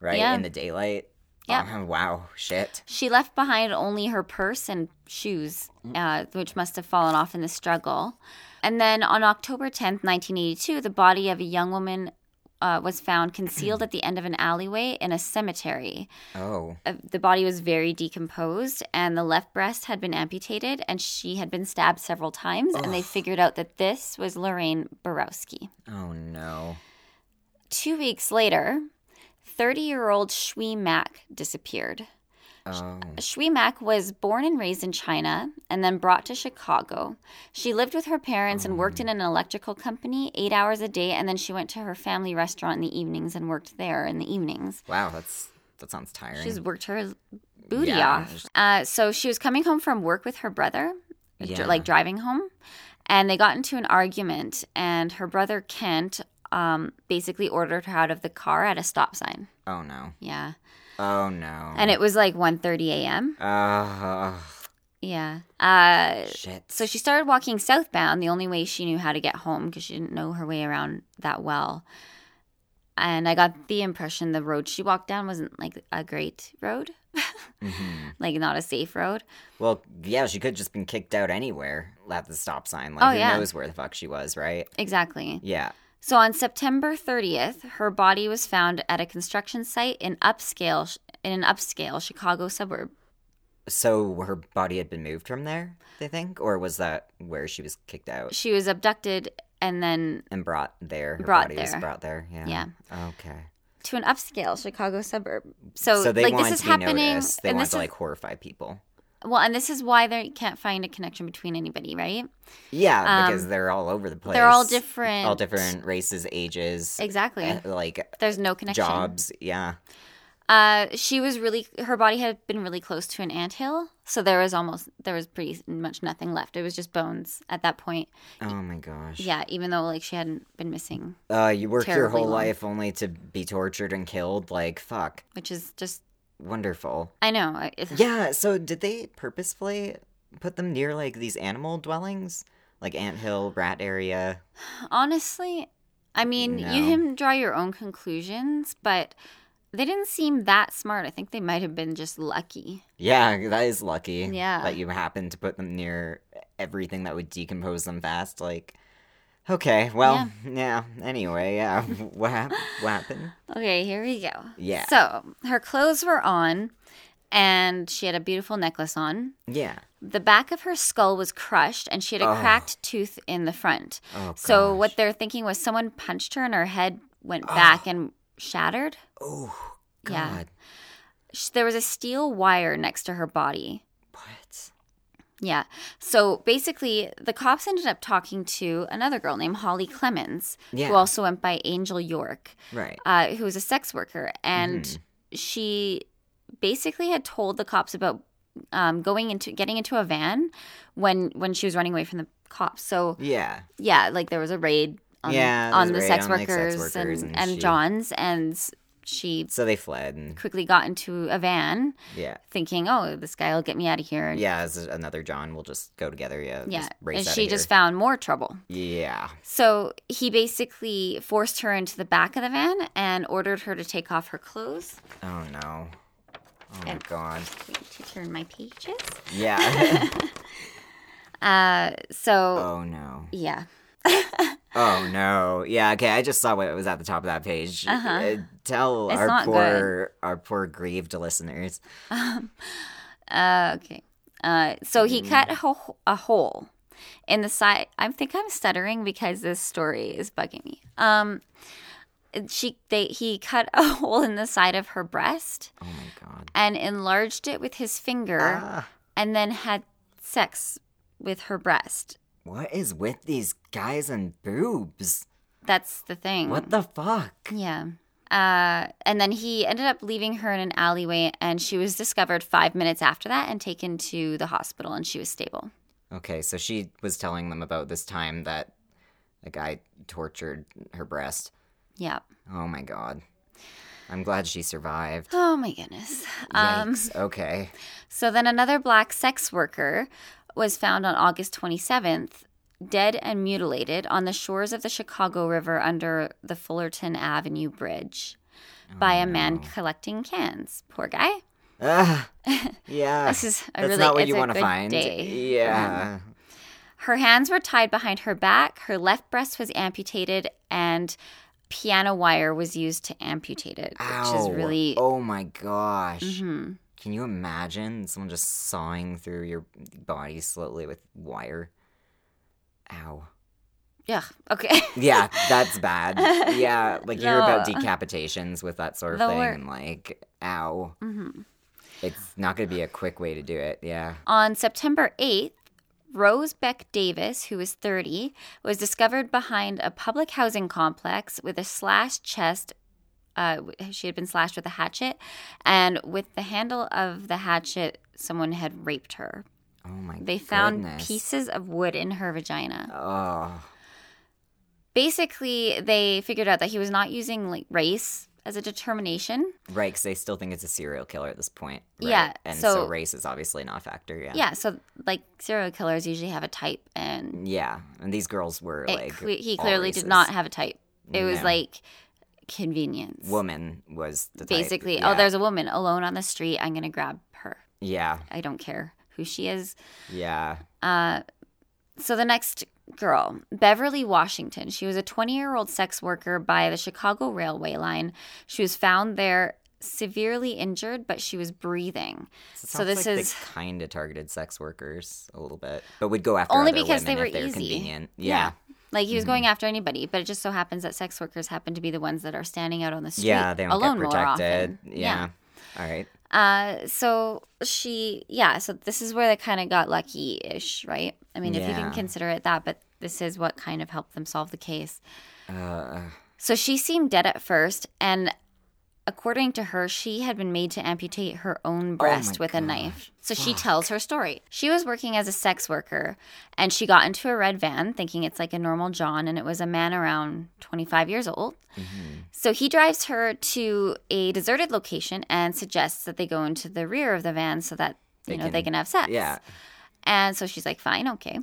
Speaker 1: right?
Speaker 2: Yeah.
Speaker 1: In the daylight.
Speaker 2: Yeah.
Speaker 1: Oh, wow. Shit.
Speaker 2: She left behind only her purse and shoes, uh, which must have fallen off in the struggle. And then on October 10th, 1982, the body of a young woman uh, was found concealed at the end of an alleyway in a cemetery.
Speaker 1: Oh.
Speaker 2: Uh, the body was very decomposed, and the left breast had been amputated, and she had been stabbed several times. And they figured out that this was Lorraine Borowski.
Speaker 1: Oh no.
Speaker 2: Two weeks later, 30 year old Shui Mack disappeared.
Speaker 1: Oh.
Speaker 2: Shui Mak was born and raised in China and then brought to Chicago. She lived with her parents and worked in an electrical company eight hours a day, and then she went to her family restaurant in the evenings and worked there in the evenings.
Speaker 1: Wow. That's that sounds tiring.
Speaker 2: She's worked her booty
Speaker 1: Yeah.
Speaker 2: off. Uh, so she was coming home from work with her brother, dr-
Speaker 1: Yeah.
Speaker 2: like driving home, and they got into an argument, and her brother Kent um, basically ordered her out of the car at a stop sign.
Speaker 1: oh no.
Speaker 2: Yeah.
Speaker 1: Oh no.
Speaker 2: And it was like 1.30 a.m.
Speaker 1: Uh,
Speaker 2: Yeah. Uh,
Speaker 1: shit.
Speaker 2: So she started walking southbound, the only way she knew how to get home because she didn't know her way around that well. And I got the impression the road she walked down wasn't like a great road,
Speaker 1: Mhm.
Speaker 2: like not a safe road.
Speaker 1: Well, yeah, she could have just been kicked out anywhere at the stop sign. Like,
Speaker 2: Oh,
Speaker 1: who
Speaker 2: yeah.
Speaker 1: knows where the fuck she was, right?
Speaker 2: Exactly.
Speaker 1: Yeah.
Speaker 2: So on September 30th, her body was found at a construction site in upscale in an upscale Chicago suburb.
Speaker 1: So her body had been moved from there, they think? Or was that where she was kicked out
Speaker 2: She was abducted and then
Speaker 1: and brought there? Her
Speaker 2: Brought
Speaker 1: body was
Speaker 2: there.
Speaker 1: brought there. Yeah. Okay.
Speaker 2: to an upscale Chicago suburb. So,
Speaker 1: So they
Speaker 2: like
Speaker 1: wanted
Speaker 2: this is
Speaker 1: to be
Speaker 2: happening
Speaker 1: noticed. They
Speaker 2: and
Speaker 1: wanted
Speaker 2: this
Speaker 1: to
Speaker 2: is
Speaker 1: like horrify people.
Speaker 2: well and this is why they can't find a connection between anybody, right?
Speaker 1: Yeah,
Speaker 2: Um,
Speaker 1: because they're all over the place.
Speaker 2: They're all different.
Speaker 1: All different races, ages,
Speaker 2: Exactly.
Speaker 1: eh, like
Speaker 2: There's no connection.
Speaker 1: jobs. Yeah.
Speaker 2: Uh, she was really. Her body had been really close to an anthill, so there was almost there was pretty much nothing left. It was just bones at that point.
Speaker 1: Oh my gosh.
Speaker 2: Yeah, even though like she hadn't been missing,
Speaker 1: Uh, you work your
Speaker 2: Terribly
Speaker 1: whole
Speaker 2: long.
Speaker 1: life only to be tortured and killed. Like, fuck.
Speaker 2: which is just
Speaker 1: Wonderful.
Speaker 2: I know. I- It's,
Speaker 1: Yeah, so did they purposefully put them near like these animal dwellings? Like ant hill, rat area?
Speaker 2: Honestly, I mean,
Speaker 1: No.
Speaker 2: you can draw your own conclusions, but They didn't seem that smart. I think they might have been just lucky.
Speaker 1: Yeah, that is lucky.
Speaker 2: Yeah.
Speaker 1: That you happen to put them near everything that would decompose them fast. Like, okay, well, yeah. Anyway, yeah. what, hap- what happened?
Speaker 2: Okay, here we go.
Speaker 1: Yeah.
Speaker 2: So her clothes were on, and she had a beautiful necklace on.
Speaker 1: Yeah.
Speaker 2: The back of her skull was crushed, and she had a
Speaker 1: Oh.
Speaker 2: cracked tooth in the front.
Speaker 1: Oh,
Speaker 2: so
Speaker 1: gosh.
Speaker 2: what they're thinking was someone punched her, and her head went back and shattered.
Speaker 1: Oh,
Speaker 2: Yeah.
Speaker 1: God.
Speaker 2: Sh- There was a steel wire next to her body.
Speaker 1: What?
Speaker 2: Yeah. So basically, the cops ended up talking to another girl named Holly Clemens,
Speaker 1: Yeah.
Speaker 2: who also went by Angel York,
Speaker 1: Right.
Speaker 2: uh, who was a sex worker. And
Speaker 1: Mhm.
Speaker 2: she basically had told the cops about um, going into getting into a van when when she was running away from the cops. So
Speaker 1: Yeah.
Speaker 2: yeah, like there was a raid on,
Speaker 1: Yeah, there was
Speaker 2: on
Speaker 1: a
Speaker 2: the
Speaker 1: raid
Speaker 2: sex,
Speaker 1: on, like,
Speaker 2: workers
Speaker 1: sex
Speaker 2: and,
Speaker 1: workers
Speaker 2: and,
Speaker 1: and she-
Speaker 2: John's, and she
Speaker 1: So they fled. And,
Speaker 2: quickly got into a van,
Speaker 1: yeah.
Speaker 2: thinking, "Oh, this guy will get me out of here." And
Speaker 1: Yeah, as another John, we'll just go together. Yeah.
Speaker 2: yeah,
Speaker 1: Just race
Speaker 2: and
Speaker 1: outta
Speaker 2: she just
Speaker 1: here.
Speaker 2: found more trouble.
Speaker 1: Yeah.
Speaker 2: So he basically forced her into the back of the van and ordered her to take off her clothes.
Speaker 1: Oh, no. Oh, my
Speaker 2: And-
Speaker 1: God.
Speaker 2: Wait, to turn my pages.
Speaker 1: Yeah.
Speaker 2: Uh, so
Speaker 1: oh, no.
Speaker 2: yeah,
Speaker 1: Oh no! Yeah, okay. I just saw what was at the top of that page.
Speaker 2: Uh-huh.
Speaker 1: Uh, tell
Speaker 2: It's
Speaker 1: our
Speaker 2: not
Speaker 1: poor, our poor grieved listeners.
Speaker 2: Uh, okay. Uh, so
Speaker 1: Mm.
Speaker 2: he cut a, ho- a hole in the side. I think I'm stuttering because this story is bugging me. Um, she they he cut a hole in the side of her breast
Speaker 1: Oh my god!
Speaker 2: and enlarged it with his finger,
Speaker 1: Ah,
Speaker 2: and then had sex with her breast.
Speaker 1: what is with these guys and boobs?
Speaker 2: That's the thing.
Speaker 1: What the fuck?
Speaker 2: Yeah. Uh, and then he ended up leaving her in an alleyway, and she was discovered five minutes after that and taken to the hospital, and she was stable.
Speaker 1: Okay, so she was telling them about this time that a guy tortured her breast.
Speaker 2: Yeah.
Speaker 1: Oh my god! I'm glad she survived.
Speaker 2: Oh my goodness. Um,
Speaker 1: Yikes. okay.
Speaker 2: so then another black sex worker was found on August 27th, dead and mutilated on the shores of the Chicago River under the Fullerton Avenue Bridge
Speaker 1: Oh,
Speaker 2: by a man collecting cans. Poor guy.
Speaker 1: Ah, yeah.
Speaker 2: This is a
Speaker 1: That's
Speaker 2: really
Speaker 1: not what
Speaker 2: it's
Speaker 1: you
Speaker 2: a
Speaker 1: want to
Speaker 2: good
Speaker 1: find.
Speaker 2: Day. Um,
Speaker 1: Yeah.
Speaker 2: Her hands were tied behind her back, her left breast was amputated, and piano wire was used to amputate it, which
Speaker 1: Ow.
Speaker 2: is really.
Speaker 1: Oh my gosh.
Speaker 2: Mhm.
Speaker 1: Can you imagine someone just sawing through your body slowly with wire? Ow.
Speaker 2: Yeah. Okay.
Speaker 1: Yeah, that's bad. Yeah, like you hear about
Speaker 2: No.
Speaker 1: decapitations with that sort of
Speaker 2: The
Speaker 1: thing,
Speaker 2: wor-
Speaker 1: and like, ow.
Speaker 2: hmm
Speaker 1: It's not going to be a quick way to do it. Yeah.
Speaker 2: On September 8th, Rose Beck Davis, who was 30, was discovered behind a public housing complex with a slashed chest. Uh, she had been slashed with a hatchet, and with the handle of the hatchet, someone had raped her.
Speaker 1: Oh my
Speaker 2: They found
Speaker 1: goodness.
Speaker 2: pieces of wood in her vagina.
Speaker 1: Oh,
Speaker 2: Basically, they figured out that he was not using like race as a determination.
Speaker 1: right, because they still think it's a serial killer at this point. right?
Speaker 2: Yeah,
Speaker 1: And
Speaker 2: so-
Speaker 1: race is obviously not a factor. Yeah.
Speaker 2: Yeah, so like serial killers usually have a type, and
Speaker 1: Yeah, And these girls were
Speaker 2: It
Speaker 1: like.
Speaker 2: cle- he
Speaker 1: all
Speaker 2: clearly
Speaker 1: races.
Speaker 2: did not have a type. It was
Speaker 1: No.
Speaker 2: like convenience.
Speaker 1: Woman was the type.
Speaker 2: Basically,
Speaker 1: Yeah.
Speaker 2: oh, there's a woman alone on the street. I'm going to grab her.
Speaker 1: Yeah.
Speaker 2: I don't care who she is.
Speaker 1: Yeah.
Speaker 2: Uh, so the next girl, Beverly Washington, she was a 20 year old sex worker by the Chicago railway line. She was found there severely injured, but she was breathing.
Speaker 1: So,
Speaker 2: So
Speaker 1: sounds
Speaker 2: this
Speaker 1: like
Speaker 2: is-
Speaker 1: they kind of targeted sex workers a little bit, but would go after
Speaker 2: Only
Speaker 1: other
Speaker 2: because
Speaker 1: women
Speaker 2: they were
Speaker 1: if they're
Speaker 2: easy.
Speaker 1: convenient. Yeah,
Speaker 2: Like
Speaker 1: Mm-hmm.
Speaker 2: he was going after anybody, but it just so happens that sex workers happen to be the ones that are standing out on the street
Speaker 1: yeah, they don't
Speaker 2: alone
Speaker 1: get
Speaker 2: more often.
Speaker 1: protected. Yeah. all right.
Speaker 2: Uh, so she, yeah, so this is where they kind of got lucky ish, right? I mean, if you can
Speaker 1: Yeah.
Speaker 2: consider it that, but this is what kind of helped them solve the case.
Speaker 1: Uh,
Speaker 2: So she seemed dead at first, and according to her, she had been made to amputate her own breast with a knife. So she tells her story. She was working as a sex worker and she got into a red van thinking it's like a normal John, and it was a man around 25 years old.
Speaker 1: mm-hmm.
Speaker 2: So he drives her to a deserted location and suggests that they go into the rear of the van so that. You
Speaker 1: They
Speaker 2: know,
Speaker 1: can-
Speaker 2: they can have sex.
Speaker 1: yeah,
Speaker 2: And so she's like, fine, okay.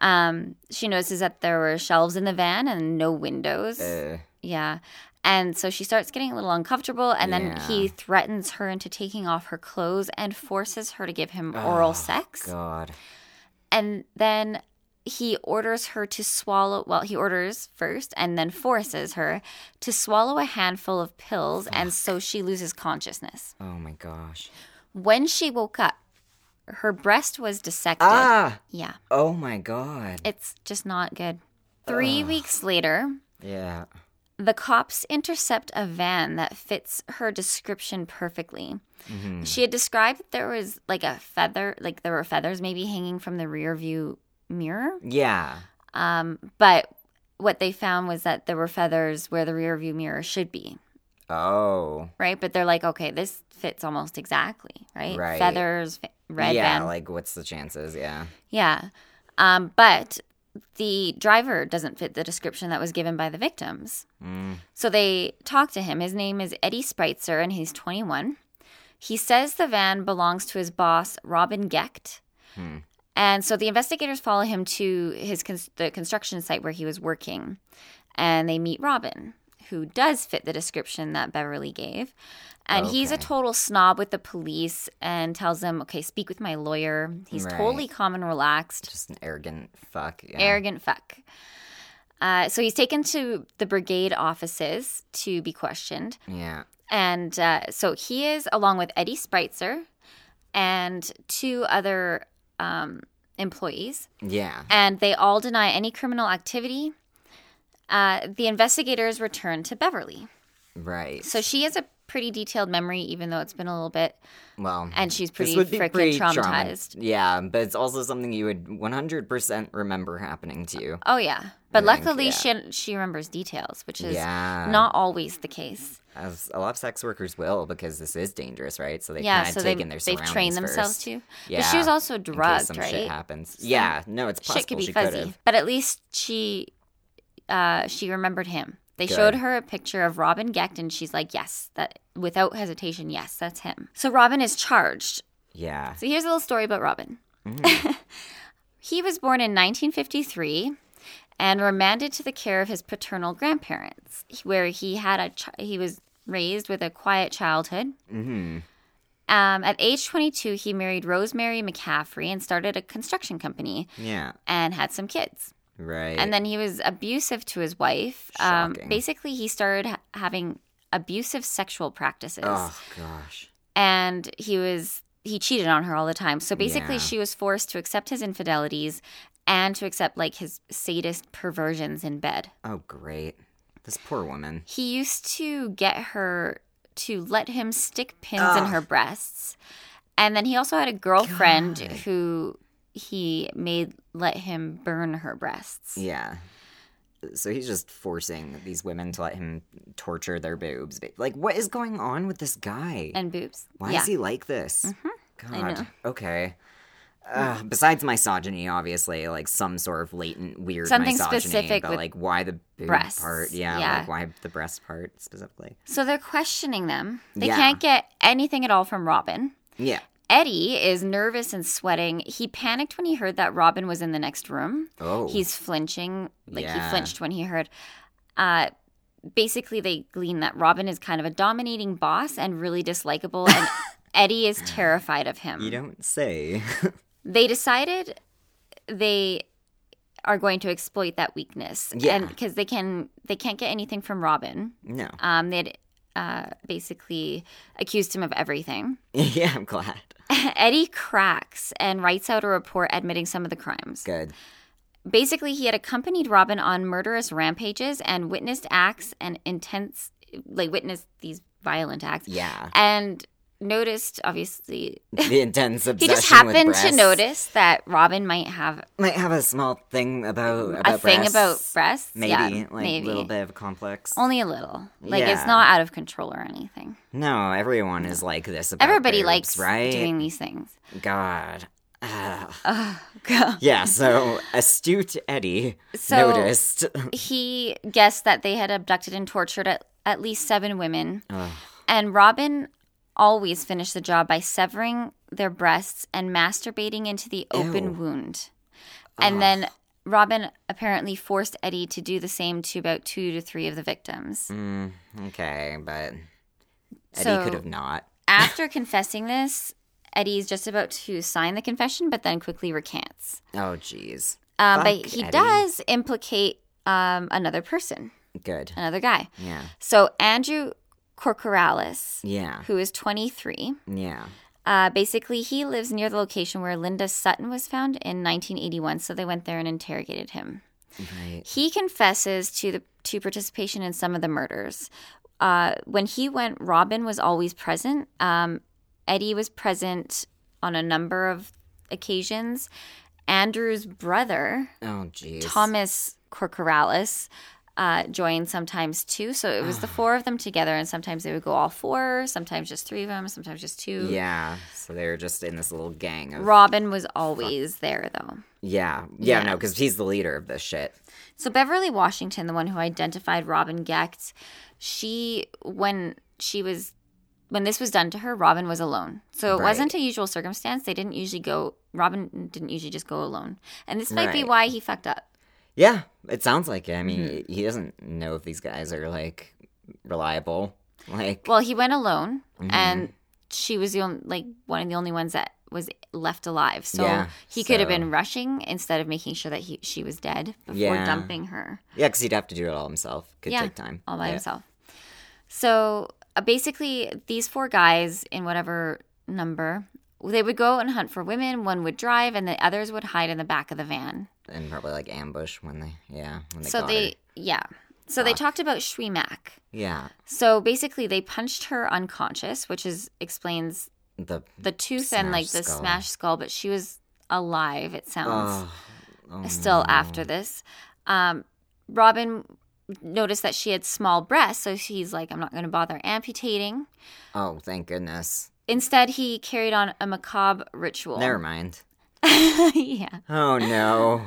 Speaker 2: Um, she notices that there were shelves in the van and no windows.
Speaker 1: uh,
Speaker 2: Yeah. And so she starts getting a little uncomfortable, and then
Speaker 1: Yeah.
Speaker 2: he threatens her into taking off her clothes and forces her to give him oral
Speaker 1: Oh,
Speaker 2: sex.
Speaker 1: God.
Speaker 2: And then he orders her to swallow, well, he orders first and then forces her to swallow a handful of pills, and so she loses consciousness.
Speaker 1: Oh my gosh.
Speaker 2: When she woke up, her breast was dissected.
Speaker 1: Ah!
Speaker 2: Yeah,
Speaker 1: Oh my God.
Speaker 2: it's just not good. Three weeks later,
Speaker 1: Yeah.
Speaker 2: The cops intercept a van that fits her description perfectly.
Speaker 1: Mhm.
Speaker 2: She had described that there was like a feather, like there were feathers maybe hanging from the rear view mirror.
Speaker 1: Yeah.
Speaker 2: Um, but what they found was that there were feathers where the rear view mirror should be,
Speaker 1: Oh.
Speaker 2: right? But they're like, okay, this fits almost exactly, right?
Speaker 1: Right.
Speaker 2: Feathers, fe- red
Speaker 1: yeah,
Speaker 2: van.
Speaker 1: like what's the chances? Yeah.
Speaker 2: yeah. Um, but the driver doesn't fit the description that was given by the victims.
Speaker 1: Mm.
Speaker 2: So they talk to him. His name is Eddie Spritzer, and he's 21. He says the van belongs to his boss, Robin Gecht.
Speaker 1: Hmm.
Speaker 2: And so the investigators follow him to his cons- the construction site where he was working, and they meet Robin, who does fit the description that Beverly gave. And he's a
Speaker 1: Okay.
Speaker 2: total snob with the police and tells them, okay, speak with my lawyer. He's
Speaker 1: Right.
Speaker 2: totally calm and relaxed
Speaker 1: Just an arrogant fuck. Yeah.
Speaker 2: arrogant fuck. Uh, so he's taken to the brigade offices to be questioned.
Speaker 1: yeah.
Speaker 2: And uh, so he is, along with Eddie Spritzer and two other um, employees,
Speaker 1: Yeah.
Speaker 2: and they all deny any criminal activity. Uh, the investigators return to Beverly.
Speaker 1: Right.
Speaker 2: So she has a pretty detailed memory, even though it's been a little bit,
Speaker 1: well,
Speaker 2: and she's
Speaker 1: this
Speaker 2: pretty
Speaker 1: would be
Speaker 2: freaking
Speaker 1: pretty trauma-
Speaker 2: traumatized.
Speaker 1: Yeah, but it's also something you would 100% remember happening to you.
Speaker 2: Oh, yeah. But
Speaker 1: I think,
Speaker 2: luckily,
Speaker 1: yeah.
Speaker 2: she, she remembers details, which is
Speaker 1: Yeah.
Speaker 2: not always the case.
Speaker 1: As a lot of sex workers will because this is dangerous, right? So they've
Speaker 2: yeah,
Speaker 1: kind of
Speaker 2: so
Speaker 1: taken
Speaker 2: they,
Speaker 1: their
Speaker 2: they've
Speaker 1: surroundings
Speaker 2: trained themselves
Speaker 1: first,
Speaker 2: to. But she
Speaker 1: Yeah,
Speaker 2: was also
Speaker 1: in case
Speaker 2: drugged,
Speaker 1: some
Speaker 2: right?
Speaker 1: shit happens. yeah, no, it's possible
Speaker 2: Shit could be
Speaker 1: she
Speaker 2: fuzzy,
Speaker 1: could've.
Speaker 2: but at least she uh, she remembered him. They
Speaker 1: Good.
Speaker 2: showed her a picture of Robin Gecht, and she's like, "Yes, that without hesitation, yes, that's him." So Robin is charged.
Speaker 1: Yeah.
Speaker 2: So here's a little story about Robin.
Speaker 1: Mm.
Speaker 2: he was born in 1953 and remanded to the care of his paternal grandparents, where he had a chi- he was raised with a quiet childhood.
Speaker 1: Mm-hmm.
Speaker 2: Um, at age 22, he married Rosemary McCaffrey and started a construction company
Speaker 1: Yeah.
Speaker 2: and had some kids.
Speaker 1: Right.
Speaker 2: And then he was abusive to his wife. Um,
Speaker 1: Shocking.
Speaker 2: basically, he started ha- having abusive sexual practices,
Speaker 1: oh gosh.
Speaker 2: and he was he cheated on her all the time. So basically,
Speaker 1: Yeah.
Speaker 2: she was forced to accept his infidelities and to accept like his sadist perversions in bed.
Speaker 1: Oh great. This poor woman.
Speaker 2: He used to get her to let him stick pins in
Speaker 1: Ugh.
Speaker 2: her breasts. And then he also had a girlfriend
Speaker 1: God.
Speaker 2: who he made let him burn her breasts.
Speaker 1: Yeah. So he's just forcing these women to let him torture their boobs. Like, what is going on with this guy?
Speaker 2: And boobs.
Speaker 1: Why
Speaker 2: yeah. Mm-hmm.
Speaker 1: is he like this?
Speaker 2: I
Speaker 1: God.
Speaker 2: know.
Speaker 1: Okay. Uh, besides misogyny, obviously, like some sort of latent weird
Speaker 2: Something
Speaker 1: misogyny,
Speaker 2: specific
Speaker 1: but
Speaker 2: with
Speaker 1: like why the boob
Speaker 2: breasts,
Speaker 1: part? Yeah,
Speaker 2: yeah.
Speaker 1: like why the breast part specifically?
Speaker 2: So they're questioning them. They
Speaker 1: Yeah.
Speaker 2: can't get anything at all from Robin.
Speaker 1: Yeah.
Speaker 2: Eddie is nervous and sweating. He panicked when he heard that Robin was in the next room.
Speaker 1: Oh,
Speaker 2: He's flinching. Like he
Speaker 1: Yeah.
Speaker 2: flinched when he heard. Uh, basically, they glean that Robin is kind of a dominating boss and really dislikable, and Eddie is terrified of him.
Speaker 1: you don't say.
Speaker 2: They decided they are going to exploit that weakness,
Speaker 1: Yeah.
Speaker 2: because they can they can't get anything from Robin.
Speaker 1: no.
Speaker 2: Um, they'd uh, basically accused him of everything.
Speaker 1: yeah, I'm glad.
Speaker 2: Eddie cracks and writes out a report admitting some of the crimes.
Speaker 1: Good.
Speaker 2: Basically, he had accompanied Robin on murderous rampages and witnessed acts and intense, like witnessed these violent acts,
Speaker 1: Yeah.
Speaker 2: and noticed obviously.
Speaker 1: The intense
Speaker 2: He
Speaker 1: obsession.
Speaker 2: just
Speaker 1: with
Speaker 2: happened to
Speaker 1: breasts.
Speaker 2: notice that Robin might have
Speaker 1: Might have a small thing about, about
Speaker 2: a thing about
Speaker 1: breasts.
Speaker 2: breasts.
Speaker 1: maybe
Speaker 2: yeah,
Speaker 1: like a little bit of a complex.
Speaker 2: Only a little. Like it's
Speaker 1: Yeah.
Speaker 2: not out of control or anything.
Speaker 1: no, everyone is like this. About
Speaker 2: Everybody
Speaker 1: boobs,
Speaker 2: likes
Speaker 1: right.
Speaker 2: doing these things.
Speaker 1: God. Ugh.
Speaker 2: Ugh, God.
Speaker 1: yeah. So astute Eddie
Speaker 2: So-
Speaker 1: noticed.
Speaker 2: he guessed that they had abducted and tortured at, at least seven women.
Speaker 1: Ugh.
Speaker 2: And Robin always finished the job by severing their breasts and masturbating into the open
Speaker 1: Ew.
Speaker 2: wound. And then Robin apparently forced Eddie to do the same to about two to three of the victims.
Speaker 1: Mm, okay, but Eddie
Speaker 2: So-
Speaker 1: could have not.
Speaker 2: After confessing this, Eddie's just about to sign the confession, but then quickly recants.
Speaker 1: Oh, jeez.
Speaker 2: Um, but
Speaker 1: Fuck
Speaker 2: he
Speaker 1: Eddie.
Speaker 2: does implicate um, another person,
Speaker 1: Good.
Speaker 2: another guy.
Speaker 1: Yeah.
Speaker 2: So Andrew Corcoralis,
Speaker 1: Yeah.
Speaker 2: who is 23,
Speaker 1: Yeah.
Speaker 2: uh, basically he lives near the location where Linda Sutton was found in 1981. So they went there and interrogated him.
Speaker 1: Right.
Speaker 2: He confesses to the to participation in some of the murders. Uh, when he went, Robin was always present. Um, Eddie was present on a number of occasions. Andrew's brother,
Speaker 1: Oh, jeez.
Speaker 2: Thomas Corcoralis, uh, joined sometimes too. So it was the four of them together, and sometimes they would go all four, sometimes just three of them, sometimes just two.
Speaker 1: Yeah. So they were just in this little gang of.
Speaker 2: Robin was always there though.
Speaker 1: Yeah. Yeah.
Speaker 2: Yeah.
Speaker 1: No, because he's the leader of this shit.
Speaker 2: So Beverly Washington, the one who identified Robin Gecht, she when she was when this was done to her, Robin was alone. So it
Speaker 1: Right.
Speaker 2: wasn't a usual circumstance. They didn't usually go Robin didn't usually just go alone. And this might be
Speaker 1: Right.
Speaker 2: why he fucked up.
Speaker 1: Yeah. It sounds like it. I mean,
Speaker 2: Mm-hmm.
Speaker 1: he doesn't know if these guys are like reliable. Like.
Speaker 2: Well, he went alone
Speaker 1: Mm-hmm.
Speaker 2: and she was the only like one of the only ones that was left alive. So
Speaker 1: Yeah,
Speaker 2: he could have
Speaker 1: so-
Speaker 2: been rushing instead of making sure that he she was dead before
Speaker 1: Yeah.
Speaker 2: dumping her.
Speaker 1: yeah, because he'd have to do it all himself. Could
Speaker 2: Yeah,
Speaker 1: take time.
Speaker 2: all by
Speaker 1: Yeah.
Speaker 2: himself. So uh, basically, these four guys in whatever number they would go and hunt for women. One would drive, and the others would hide in the back of the van.
Speaker 1: And probably like ambush when they. Yeah. When they
Speaker 2: so
Speaker 1: got
Speaker 2: they,
Speaker 1: her.
Speaker 2: yeah. So they talked about Shwemak.
Speaker 1: Yeah.
Speaker 2: So basically, they punched her unconscious, which is explains
Speaker 1: The.
Speaker 2: the tooth and like
Speaker 1: Smashed
Speaker 2: the
Speaker 1: skull.
Speaker 2: smashed skull, but she was alive. It sounds. uh,
Speaker 1: Oh, oh
Speaker 2: still
Speaker 1: no.
Speaker 2: after this. Um, Robin noticed that she had small breasts, so he's like, I'm not going to bother amputating.
Speaker 1: Oh, thank goodness.
Speaker 2: Instead, he carried on a macabre ritual.
Speaker 1: Never mind.
Speaker 2: yeah.
Speaker 1: Oh no.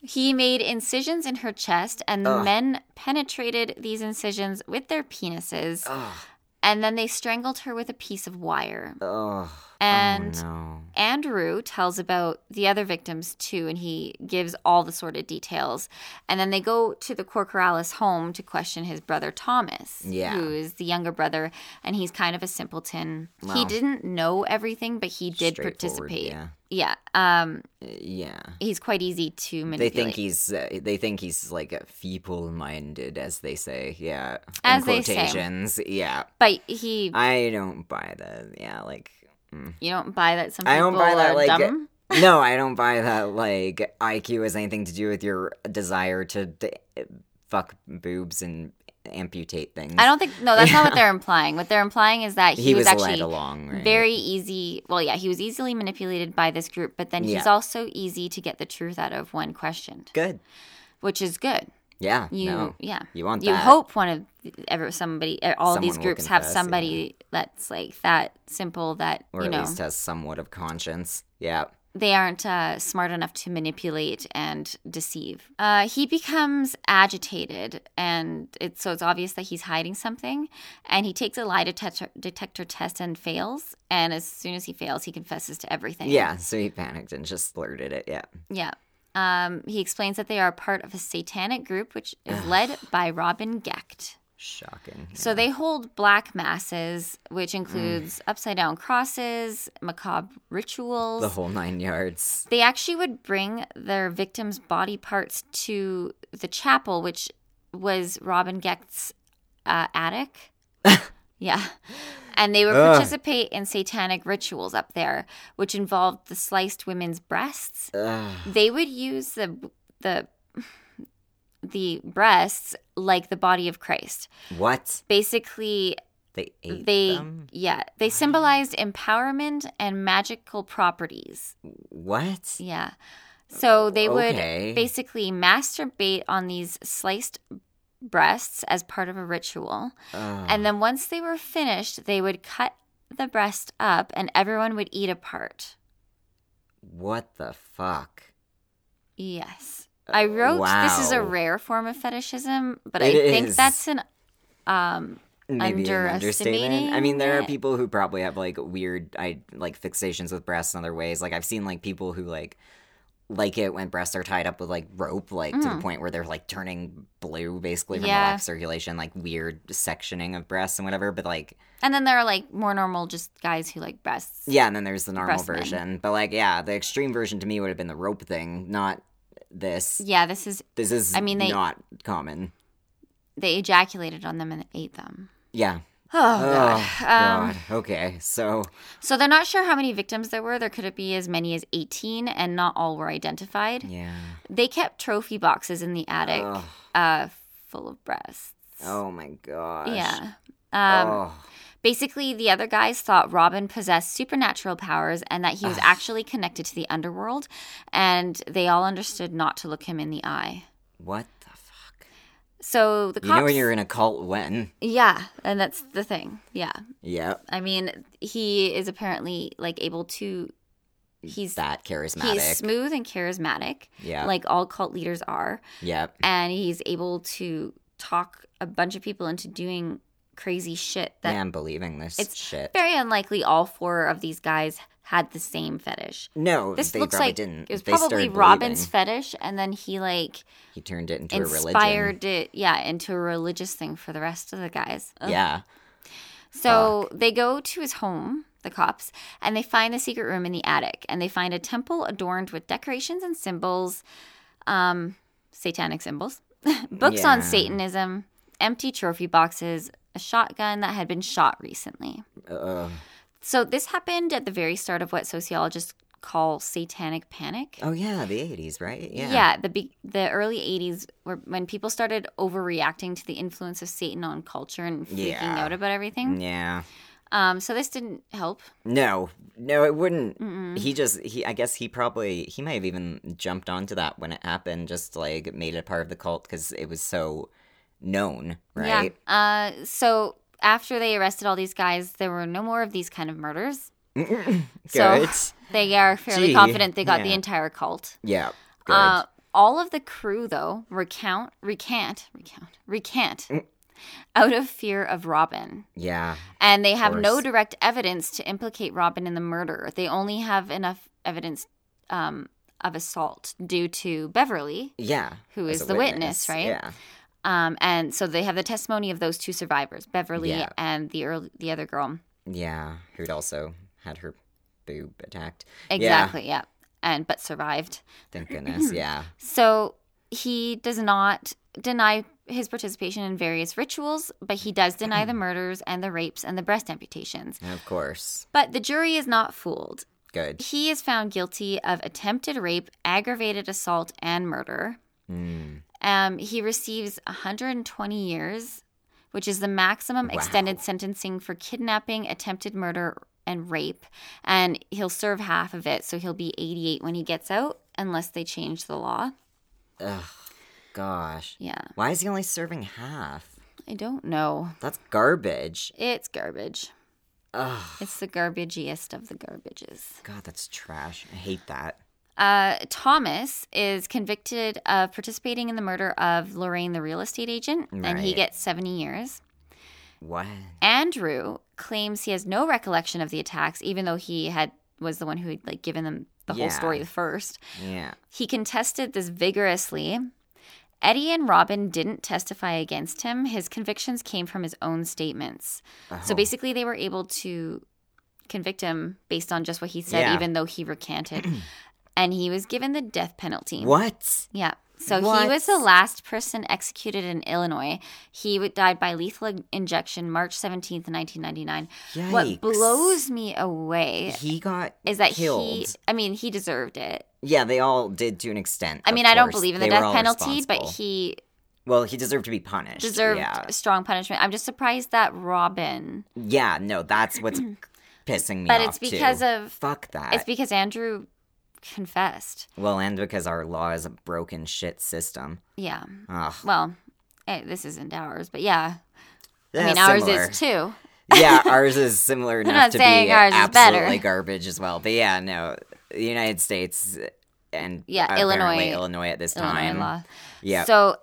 Speaker 2: He made incisions in her chest, and the
Speaker 1: Ugh.
Speaker 2: men penetrated these incisions with their penises,
Speaker 1: Oh,
Speaker 2: and then they strangled her with a piece of wire.
Speaker 1: oh,
Speaker 2: And
Speaker 1: oh, no.
Speaker 2: Andrew tells about the other victims too, and he gives all the sordid details. And then they go to the Corcoralis home to question his brother Thomas,
Speaker 1: Yeah.
Speaker 2: who is the younger brother, and he's kind of a simpleton. He
Speaker 1: Wow.
Speaker 2: didn't know everything, but he did
Speaker 1: Straightforward,
Speaker 2: participate.
Speaker 1: Yeah,
Speaker 2: Yeah. Um,
Speaker 1: Uh, yeah.
Speaker 2: he's quite easy to
Speaker 1: They
Speaker 2: manipulate.
Speaker 1: think he's uh, they think he's like feeble-minded, as they say. Yeah, in
Speaker 2: As they say.
Speaker 1: quotations. Yeah,
Speaker 2: but he,
Speaker 1: I don't buy that. Yeah, like
Speaker 2: you don't buy that. Some people
Speaker 1: I don't buy that,
Speaker 2: are
Speaker 1: like,
Speaker 2: dumb.
Speaker 1: no, I don't buy that. Like IQ has anything to do with your desire to d- eh, fuck boobs and amputate things.
Speaker 2: I don't think. No, that's not what they're implying. What they're implying is that he,
Speaker 1: uh, He, was,
Speaker 2: actually
Speaker 1: led along. Right?
Speaker 2: very easy. Well, yeah, he was easily manipulated by this group, but then he's
Speaker 1: Yeah.
Speaker 2: also easy to get the truth out of when questioned,
Speaker 1: good.
Speaker 2: which is good.
Speaker 1: Yeah.
Speaker 2: You,
Speaker 1: no.
Speaker 2: yeah,
Speaker 1: You want
Speaker 2: you
Speaker 1: that.
Speaker 2: hope one of ever somebody, all of
Speaker 1: Someone
Speaker 2: these
Speaker 1: will
Speaker 2: groups have
Speaker 1: confess,
Speaker 2: somebody that's like that simple that
Speaker 1: or
Speaker 2: you
Speaker 1: at
Speaker 2: know
Speaker 1: least has somewhat of conscience. Yeah.
Speaker 2: they aren't uh, smart enough to manipulate and deceive. Uh, he becomes agitated, and it's so it's obvious that he's hiding something. And he takes a lie detector, detector test and fails. And as soon as he fails, he confesses to everything.
Speaker 1: Yeah, so he panicked and just blurted it. Yeah.
Speaker 2: Yeah. Um, he explains that they are part of a satanic group which is led by Robin Gecht.
Speaker 1: Shocking.
Speaker 2: So they hold black masses, which
Speaker 1: Mm.
Speaker 2: includes upside down crosses, macabre rituals.
Speaker 1: the whole nine yards.
Speaker 2: they actually would bring their victims' body parts to the chapel, which was Robin Gecht's uh, attic. yeah. And they would
Speaker 1: Ugh.
Speaker 2: participate in satanic rituals up there, which involved the sliced women's breasts
Speaker 1: Ugh.
Speaker 2: they would use the the the breasts like the body of Christ.
Speaker 1: What?
Speaker 2: Basically,
Speaker 1: They ate
Speaker 2: they
Speaker 1: them?
Speaker 2: yeah, they symbolized empowerment and magical properties.
Speaker 1: What?
Speaker 2: Yeah. So they would
Speaker 1: Okay.
Speaker 2: basically masturbate on these sliced breasts as part of a ritual.
Speaker 1: Ugh.
Speaker 2: And then once they were finished, they would cut the breast up and everyone would eat a part.
Speaker 1: what the fuck?
Speaker 2: Yes. I wrote this is a
Speaker 1: Oh, wow.
Speaker 2: rare form of fetishism, but I
Speaker 1: It
Speaker 2: think
Speaker 1: is.
Speaker 2: that's an um
Speaker 1: Maybe an understatement. I
Speaker 2: Underestimating
Speaker 1: mean, there are
Speaker 2: it.
Speaker 1: people who probably have like weird, I like fixations with breasts in other ways. Like I've seen like people who like like it when breasts are tied up with like rope, like to the
Speaker 2: Mm.
Speaker 1: point where they're like turning blue basically from the
Speaker 2: Yeah.
Speaker 1: lack of circulation, like weird sectioning of breasts and whatever. But like,
Speaker 2: And then there are like more normal, just guys who like breasts.
Speaker 1: yeah, and then there's the normal
Speaker 2: Breast men.
Speaker 1: version. But like, yeah, the extreme version to me would have been the rope thing, not this.
Speaker 2: Yeah, this is
Speaker 1: This is
Speaker 2: I mean, they-
Speaker 1: not common.
Speaker 2: they ejaculated on them and ate them.
Speaker 1: Yeah.
Speaker 2: Oh,
Speaker 1: Oh,
Speaker 2: God. Um,
Speaker 1: God. Okay. So
Speaker 2: So they're not sure how many victims there were. There could be as many as 18, and not all were identified.
Speaker 1: yeah.
Speaker 2: They kept trophy boxes in the attic
Speaker 1: Ugh.
Speaker 2: uh, full of breasts.
Speaker 1: Oh my gosh.
Speaker 2: Yeah. Um,
Speaker 1: oh.
Speaker 2: Basically, the other guys thought Robin possessed supernatural powers and that he was
Speaker 1: Ugh.
Speaker 2: actually connected to the underworld, and they all understood not to look him in the eye.
Speaker 1: What the fuck?
Speaker 2: So the cops.
Speaker 1: You know when you're in a cult when?
Speaker 2: yeah, and that's the thing. Yeah.
Speaker 1: Yeah.
Speaker 2: I mean, he is apparently like able to. He's
Speaker 1: That charismatic.
Speaker 2: he's smooth and charismatic,
Speaker 1: yeah.
Speaker 2: like all cult leaders are,
Speaker 1: yeah.
Speaker 2: and he's able to talk a bunch of people into doing crazy shit that
Speaker 1: yeah, I'm believing this
Speaker 2: It's
Speaker 1: shit.
Speaker 2: very unlikely all four of these guys had the same fetish.
Speaker 1: no,
Speaker 2: This
Speaker 1: they
Speaker 2: looks
Speaker 1: probably
Speaker 2: like
Speaker 1: didn't.
Speaker 2: It was
Speaker 1: They
Speaker 2: probably
Speaker 1: started
Speaker 2: Robin's
Speaker 1: believing.
Speaker 2: fetish, and then he like
Speaker 1: he turned it into a religion.
Speaker 2: inspired it, yeah, into a religious thing for the rest of the guys. Ugh.
Speaker 1: Yeah.
Speaker 2: So they go to his home, the cops, and they find the secret room in the attic, and they find a temple adorned with decorations and symbols, um, satanic symbols, books on
Speaker 1: Yeah.
Speaker 2: Satanism, empty trophy boxes, a shotgun that had been shot recently.
Speaker 1: Uh,
Speaker 2: So this happened at the very start of what sociologists call satanic panic.
Speaker 1: oh yeah, the 80s, right? Yeah.
Speaker 2: the be- the early 80s were when people started overreacting to the influence of Satan on culture and freaking
Speaker 1: Yeah. Mm.
Speaker 2: out about everything.
Speaker 1: Yeah.
Speaker 2: Um so this didn't help.
Speaker 1: No, no, it wouldn't.
Speaker 2: Mm-mm.
Speaker 1: He just, he, I guess he probably, he might have even jumped onto that when it happened, just like made it part of the cult because it was so known, right?
Speaker 2: Yeah. Uh so after they arrested all these guys, there were no more of these kind of murders. So-
Speaker 1: Good.
Speaker 2: They are fairly
Speaker 1: Gee,
Speaker 2: confident they got the
Speaker 1: yeah.
Speaker 2: entire cult.
Speaker 1: yeah. Good.
Speaker 2: Uh, all of the crew, though, recount, recant, recount, recant,
Speaker 1: Mm.
Speaker 2: out of fear of Robin.
Speaker 1: yeah.
Speaker 2: And they have no
Speaker 1: course.
Speaker 2: direct evidence to implicate Robin in the murder. They only have enough evidence um, of assault due to Beverly,
Speaker 1: Yeah.
Speaker 2: who
Speaker 1: as
Speaker 2: is
Speaker 1: a
Speaker 2: the witness, right?
Speaker 1: Yeah.
Speaker 2: Um, and so they have the testimony of those two survivors, Beverly
Speaker 1: Yeah.
Speaker 2: and the early, the other girl.
Speaker 1: Yeah. Who'd also had her boob attacked.
Speaker 2: Exactly, yeah. And but survived.
Speaker 1: Thank goodness. yeah.
Speaker 2: So he does not deny his participation in various rituals, but he does deny the murders and the rapes and the breast amputations.
Speaker 1: Of course.
Speaker 2: But the jury is not fooled.
Speaker 1: Good.
Speaker 2: He is found guilty of attempted rape, aggravated assault, and murder.
Speaker 1: Mm.
Speaker 2: Um, he receives 120 years, which is the maximum
Speaker 1: Wow.
Speaker 2: extended sentencing for kidnapping, attempted murder, and rape. And he'll serve half of it, so he'll be 88 when he gets out, unless they change the law.
Speaker 1: Ugh. Gosh.
Speaker 2: Yeah,
Speaker 1: Why is he only serving half?
Speaker 2: I don't know.
Speaker 1: That's garbage.
Speaker 2: It's garbage.
Speaker 1: Ugh.
Speaker 2: It's the garbagiest of the garbages.
Speaker 1: God, that's trash. I hate that.
Speaker 2: Uh, Thomas is convicted of participating in the murder of Lorraine, the real estate agent, and he
Speaker 1: Right.
Speaker 2: gets 70 years.
Speaker 1: What?
Speaker 2: Andrew claims he has no recollection of the attacks, even though he had was the one who had like given them the whole
Speaker 1: Yeah.
Speaker 2: story first.
Speaker 1: Yeah.
Speaker 2: He contested this vigorously. Eddie and Robin didn't testify against him. His convictions came from his own statements. So
Speaker 1: Oh,
Speaker 2: basically, they were able to convict him based on just what he said,
Speaker 1: Yeah.
Speaker 2: even though he recanted. and he was given the death penalty.
Speaker 1: What?
Speaker 2: Yeah. So he
Speaker 1: What?
Speaker 2: was the last person executed in Illinois. He w- died by lethal injection March 17th, 1999.
Speaker 1: Yikes.
Speaker 2: What blows me away
Speaker 1: He got
Speaker 2: is that
Speaker 1: killed.
Speaker 2: he, I mean, he deserved it.
Speaker 1: Yeah, they all did to an extent.
Speaker 2: I
Speaker 1: of
Speaker 2: mean, I don't
Speaker 1: course.
Speaker 2: believe in the
Speaker 1: They were
Speaker 2: death
Speaker 1: all
Speaker 2: penalty, but
Speaker 1: responsible.
Speaker 2: he
Speaker 1: Well, he deserved to be punished.
Speaker 2: deserved
Speaker 1: Yeah.
Speaker 2: strong punishment. I'm just surprised that Robin,
Speaker 1: Yeah, no, that's what's pissing me
Speaker 2: but
Speaker 1: off.
Speaker 2: it's because
Speaker 1: too.
Speaker 2: of,
Speaker 1: fuck that.
Speaker 2: it's because Andrew confessed.
Speaker 1: well, and because our law is a broken shit system.
Speaker 2: Yeah.
Speaker 1: Ugh.
Speaker 2: Well, eh, this isn't ours, but yeah. I
Speaker 1: Yeah,
Speaker 2: mean, ours
Speaker 1: Eh, similar.
Speaker 2: is too.
Speaker 1: yeah, ours is similar enough
Speaker 2: not
Speaker 1: to
Speaker 2: saying
Speaker 1: be
Speaker 2: ours is better.
Speaker 1: absolutely garbage as well. But yeah, no, the United States and
Speaker 2: Yeah,
Speaker 1: apparently
Speaker 2: Illinois-
Speaker 1: Illinois at this
Speaker 2: Illinois
Speaker 1: time.
Speaker 2: law.
Speaker 1: Yeah,
Speaker 2: So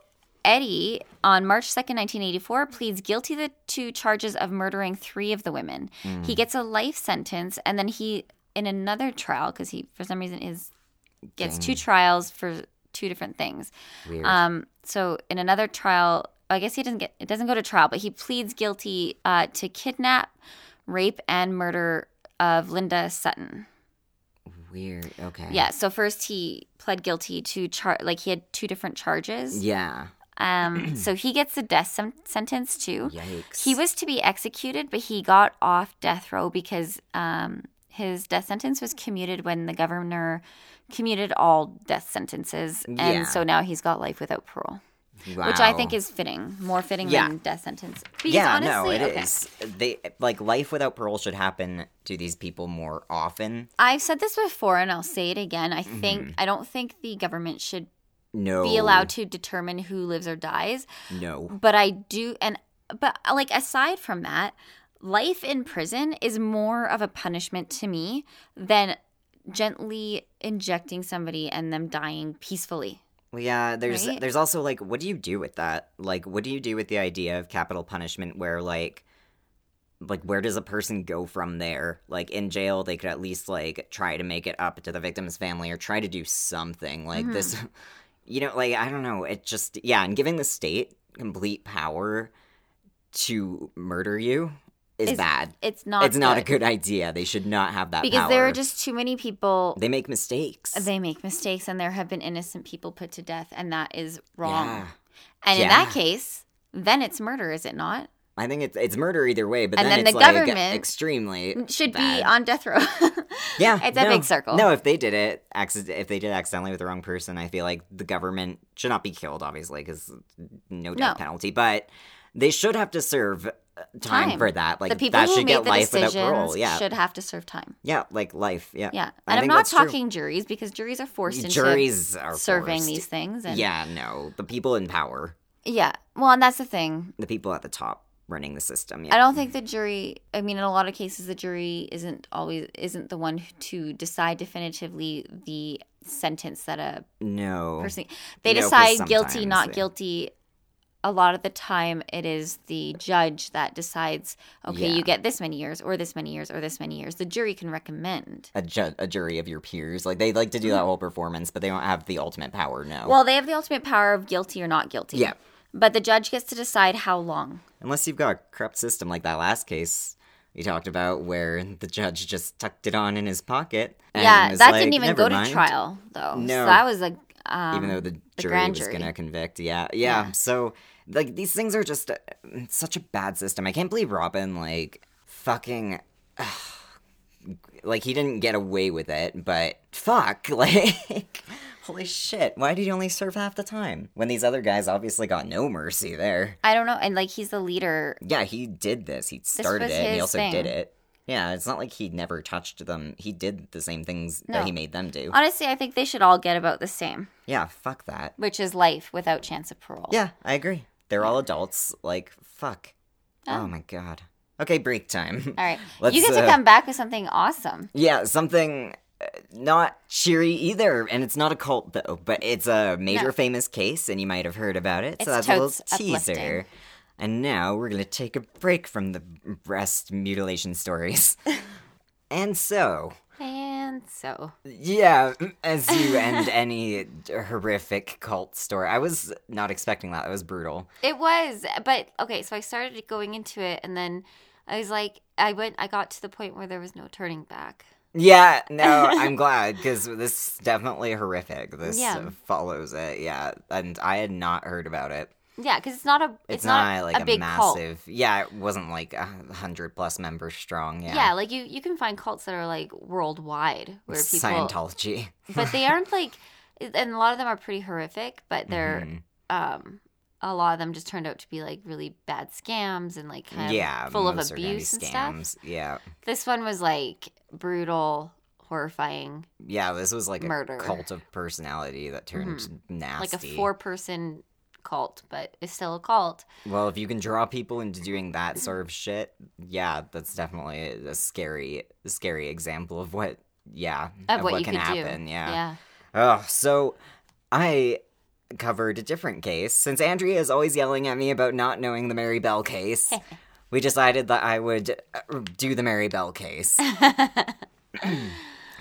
Speaker 2: Eddie, on March 2nd, 1984, pleads guilty to two charges of murdering three of the women.
Speaker 1: Mm, Hmm.
Speaker 2: He gets a life sentence, and then he, in another trial, because he, for some reason, is gets
Speaker 1: Dang.
Speaker 2: two trials for two different things.
Speaker 1: Weird.
Speaker 2: Um, so in another trial, I guess he doesn't get it doesn't go to trial, but he pleads guilty uh, to kidnap, rape, and murder of Linda Sutton.
Speaker 1: Weird. Okay.
Speaker 2: Yeah. So first he pled guilty to char like he had two different charges.
Speaker 1: Yeah.
Speaker 2: Um, so he gets a death sen- sentence too.
Speaker 1: Yikes.
Speaker 2: He was to be executed, but he got off death row because um, his death sentence was commuted when the governor commuted all death sentences, and
Speaker 1: Yeah.
Speaker 2: so now he's got life without parole,
Speaker 1: wow.
Speaker 2: which I think is fitting, more fitting
Speaker 1: Yeah.
Speaker 2: than death sentence. Because
Speaker 1: Yeah,
Speaker 2: honestly,
Speaker 1: no, it
Speaker 2: okay,
Speaker 1: is. They like life without parole should happen to these people more often.
Speaker 2: I've said this before, and I'll say it again. I think
Speaker 1: Mm-hmm.
Speaker 2: I don't think the government should
Speaker 1: No.
Speaker 2: be allowed to determine who lives or dies.
Speaker 1: No.
Speaker 2: but I do and but like aside from that, life in prison is more of a punishment to me than gently injecting somebody and them dying peacefully.
Speaker 1: Well, yeah, there's
Speaker 2: Right?
Speaker 1: there's also like what do you do with that? Like what do you do with the idea of capital punishment where like like where does a person go from there? Like in jail they could at least like try to make it up to the victim's family or try to do something.
Speaker 2: Mm-hmm.
Speaker 1: Like this you know, like I don't know, it just yeah, and giving the state complete power to murder you is,
Speaker 2: Is-
Speaker 1: bad.
Speaker 2: It's not
Speaker 1: it's not a good idea. They should not have that
Speaker 2: because
Speaker 1: power.
Speaker 2: there are just too many people
Speaker 1: they make mistakes.
Speaker 2: they make mistakes and there have been innocent people put to death and that is wrong.
Speaker 1: Yeah.
Speaker 2: And in
Speaker 1: Yeah.
Speaker 2: that case, then it's murder, is it not?
Speaker 1: I think it's it's murder either way, but
Speaker 2: And
Speaker 1: then,
Speaker 2: then
Speaker 1: it's
Speaker 2: the
Speaker 1: like
Speaker 2: government
Speaker 1: extremely
Speaker 2: Should
Speaker 1: bad.
Speaker 2: be on death row.
Speaker 1: yeah.
Speaker 2: it's a
Speaker 1: no.
Speaker 2: big circle.
Speaker 1: No, if they did it, acci- if they did it accidentally with the wrong person, I feel like the government should not be killed, obviously, because no death
Speaker 2: No.
Speaker 1: penalty. But they should have to serve uh, time,
Speaker 2: Time.
Speaker 1: for that. Like
Speaker 2: the people
Speaker 1: that
Speaker 2: who
Speaker 1: should
Speaker 2: made
Speaker 1: get
Speaker 2: the
Speaker 1: life without
Speaker 2: decisions
Speaker 1: parole. Yeah,
Speaker 2: should have to serve time.
Speaker 1: yeah, like life. Yeah,
Speaker 2: Yeah,
Speaker 1: I
Speaker 2: and I'm
Speaker 1: think
Speaker 2: not
Speaker 1: that's true.
Speaker 2: talking juries because juries are forced into
Speaker 1: Juries are
Speaker 2: serving
Speaker 1: forced.
Speaker 2: these things. And,
Speaker 1: Yeah, no, the people in power,
Speaker 2: yeah. Well, and that's the thing.
Speaker 1: the people at the top running the system.
Speaker 2: I
Speaker 1: Yeah,
Speaker 2: don't think the jury. I mean, in a lot of cases, the jury isn't always isn't the one to decide definitively the sentence that a
Speaker 1: no,
Speaker 2: person. They
Speaker 1: No, 'cause
Speaker 2: decide guilty,
Speaker 1: sometimes
Speaker 2: not
Speaker 1: they-
Speaker 2: guilty. A lot of the time, it is the judge that decides. Okay,
Speaker 1: Yeah.
Speaker 2: you get this many years, or this many years, or this many years. The jury can recommend.
Speaker 1: a, ju- a jury of your peers. Like they like to do that whole performance, but they don't have the ultimate power. No,
Speaker 2: Mm-hmm. Well, they have the ultimate power of guilty or not guilty.
Speaker 1: Oh. Yeah.
Speaker 2: But the judge gets to decide how long.
Speaker 1: unless you've got a corrupt system like that last case we talked about, where the judge just tucked it on in his pocket. and
Speaker 2: yeah,
Speaker 1: was
Speaker 2: that
Speaker 1: like,
Speaker 2: didn't even
Speaker 1: "Never
Speaker 2: go
Speaker 1: mind,"
Speaker 2: to trial though.
Speaker 1: No.
Speaker 2: So that was a um,
Speaker 1: Even though the, jury
Speaker 2: grand
Speaker 1: was
Speaker 2: jury.
Speaker 1: going to convict, yeah, yeah.
Speaker 2: Yeah.
Speaker 1: So like these things are just uh, such a bad system. I can't believe Robin like fucking. Like he didn't get away with it, but fuck, like holy shit, why did he only serve half the time? When these other guys obviously got no mercy there.
Speaker 2: I don't know, and like he's the leader.
Speaker 1: Yeah, he did this. He started
Speaker 2: was
Speaker 1: it. And he
Speaker 2: his
Speaker 1: also
Speaker 2: thing.
Speaker 1: did it. Yeah, it's not like he never touched them. He did the same things
Speaker 2: No.
Speaker 1: that he made them do.
Speaker 2: Honestly, I think they should all get about the same,
Speaker 1: yeah, fuck that.
Speaker 2: which is life without chance of parole.
Speaker 1: Yeah, I agree. They're all adults. Like, fuck. Oh my god. Okay, break time.
Speaker 2: All right.
Speaker 1: Let's,
Speaker 2: you get to
Speaker 1: uh,
Speaker 2: come back with something awesome.
Speaker 1: Yeah, something uh, not cheery either, and it's not a cult though, but it's a major
Speaker 2: No.
Speaker 1: famous case, and you might have heard about it. so
Speaker 2: It's
Speaker 1: that's a little
Speaker 2: totes uplifting.
Speaker 1: teaser. And now we're gonna take a break from the breast mutilation stories. and so,
Speaker 2: And so,
Speaker 1: Yeah, as you end any horrific cult story. I was not expecting that. That was brutal.
Speaker 2: It was, but okay. So I started going into it, and then I was like, I went, I got to the point where there was no turning back.
Speaker 1: Yeah, no, I'm glad because this is definitely horrific. This
Speaker 2: Yeah.
Speaker 1: uh, follows it. Yeah, and I had not heard about it.
Speaker 2: Yeah, because it's not a,
Speaker 1: It's,
Speaker 2: it's,
Speaker 1: not, like
Speaker 2: a, big cult.
Speaker 1: massive. Yeah, it wasn't like a hundred plus members strong. Yeah,
Speaker 2: Yeah. like you, you can find cults that are like worldwide where people,
Speaker 1: Scientology.
Speaker 2: but they aren't like, and a lot of them are pretty horrific, but they're,
Speaker 1: Mhm.
Speaker 2: um, a lot of them just turned out to be like really bad scams and like kind of
Speaker 1: yeah,
Speaker 2: full of
Speaker 1: most are gonna be
Speaker 2: abuse and stuff.
Speaker 1: scams. Yeah,
Speaker 2: This one was like brutal, horrifying,
Speaker 1: yeah. This was like
Speaker 2: Murder. Mm-hmm.
Speaker 1: a cult of personality that turned
Speaker 2: like
Speaker 1: nasty.
Speaker 2: a four person cult, but it's still a cult.
Speaker 1: Well, if you can draw people into doing that sort of shit, yeah, that's definitely a scary, scary example of what, yeah,
Speaker 2: Of what you
Speaker 1: can
Speaker 2: could do.
Speaker 1: happen. Yeah.
Speaker 2: Yeah.
Speaker 1: Oh, so I covered a different case since Andrea is always yelling at me about not knowing the Mary Bell case. we decided that I would uh, do the Mary Bell case.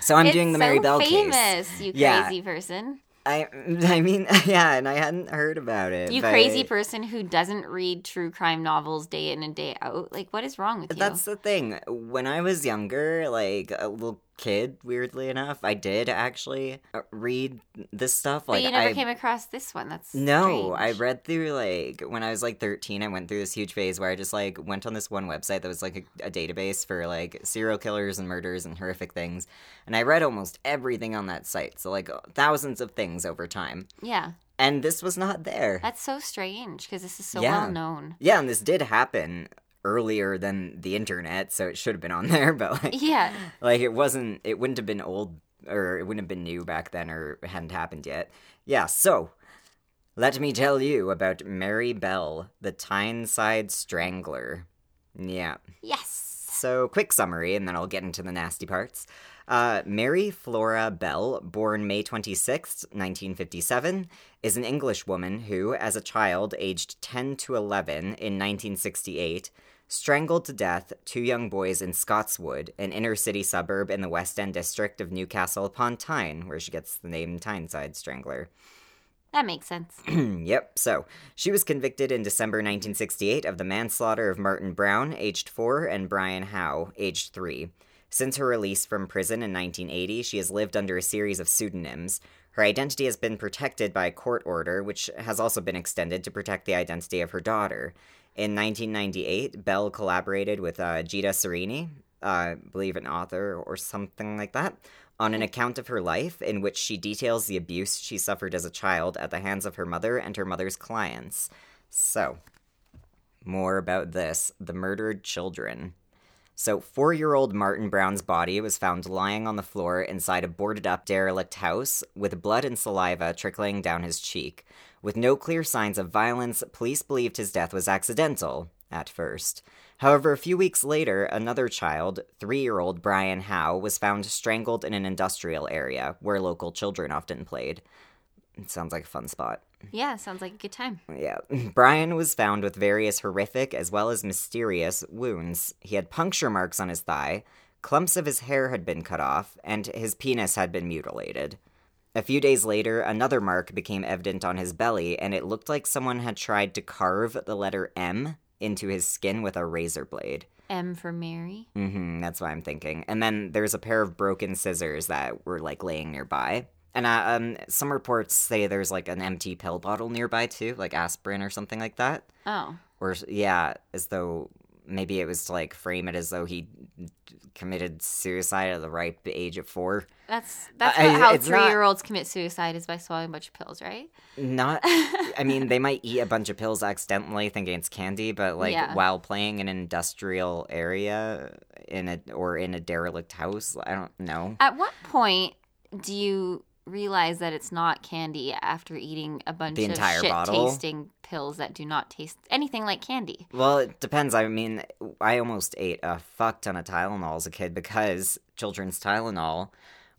Speaker 1: So I'm
Speaker 2: It's
Speaker 1: doing the Mary
Speaker 2: so
Speaker 1: Bell
Speaker 2: famous,
Speaker 1: case.
Speaker 2: you
Speaker 1: Yeah.
Speaker 2: crazy person.
Speaker 1: I I mean yeah, and I hadn't heard about it.
Speaker 2: You
Speaker 1: but
Speaker 2: crazy person who doesn't read true crime novels day in and day out. Like, what is wrong with you?
Speaker 1: That's the thing. When I was younger, like a little kid, weirdly enough, I did actually uh, read this stuff.
Speaker 2: but
Speaker 1: Like
Speaker 2: you never
Speaker 1: I
Speaker 2: came across this one. That's
Speaker 1: no, I
Speaker 2: strange.
Speaker 1: read through like when I was like 13, I went through this huge phase where I just like went on this one website that was like a, a database for like serial killers and murders and horrific things, and I read almost everything on that site. So like thousands of things over time,
Speaker 2: Yeah,
Speaker 1: and this was not there.
Speaker 2: that's so strange because this is so
Speaker 1: Yeah.
Speaker 2: well known.
Speaker 1: Yeah, and this did happen earlier than the internet, so it should have been on there, but like,
Speaker 2: Yeah,
Speaker 1: like it wasn't it wouldn't have been old or it wouldn't have been new back then or it hadn't happened yet. Yeah, so let me tell you about Mary Bell, the Tyneside Strangler. Yeah.
Speaker 2: yes.
Speaker 1: So, quick summary, and then I'll get into the nasty parts. Uh, Mary Flora Bell, born May 26th, 1957, is an English woman who, as a child aged 10 to 11 in 1968, strangled to death two young boys in Scotswood, an inner city suburb in the West End district of Newcastle upon Tyne, where she gets the name Tyneside Strangler.
Speaker 2: That makes sense.
Speaker 1: Yep, so she was convicted in December 1968 of the manslaughter of Martin Brown, aged 4, and Brian Howe, aged 3. Since her release from prison in 1980, she has lived under a series of pseudonyms. Her identity has been protected by a court order, which has also been extended to protect the identity of her daughter. In 1998, Bell collaborated with uh, Gita Sereni, uh, I believe an author or something like that, on an account of her life in which she details the abuse she suffered as a child at the hands of her mother and her mother's clients. So, more about this the murdered children. So, four year old Martin Brown's body was found lying on the floor inside a boarded up derelict house with blood and saliva trickling down his cheek. With no clear signs of violence, police believed his death was accidental at first. However, a few weeks later, another child, three year old Brian Howe, was found strangled in an industrial area where local children often played. It sounds like a fun spot.
Speaker 2: Yeah, sounds like a good time.
Speaker 1: Yeah. Brian was found with various horrific as well as mysterious wounds. He had puncture marks on his thigh, clumps of his hair had been cut off, and his penis had been mutilated. A few days later, another mark became evident on his belly, and it looked like someone had tried to carve the letter M into his skin with a razor blade.
Speaker 2: M for Mary.
Speaker 1: hmm that's what I'm thinking. And then there's a pair of broken scissors that were like laying nearby. And uh, um, some reports say there's like an empty pill bottle nearby too, like aspirin or something like that.
Speaker 2: Oh,
Speaker 1: Or s- yeah, as though maybe it was to like frame it as though he committed suicide at the ripe age of four.
Speaker 2: that's that's
Speaker 1: I-
Speaker 2: not how
Speaker 1: it's not-
Speaker 2: three-year-olds commit suicide is by swallowing a bunch of pills, right?
Speaker 1: Not, I mean, they might eat a bunch of pills accidentally, thinking it's candy, but like
Speaker 2: Yeah.
Speaker 1: while playing in an industrial area in a or in a derelict house, I don't know.
Speaker 2: At what point do you realize that it's not candy after eating a bunch
Speaker 1: The
Speaker 2: of
Speaker 1: entire
Speaker 2: shit
Speaker 1: bottle?
Speaker 2: tasting pills that do not taste anything like candy?
Speaker 1: Well, it depends. I mean, I almost ate a fuck ton of Tylenol as a kid because children's Tylenol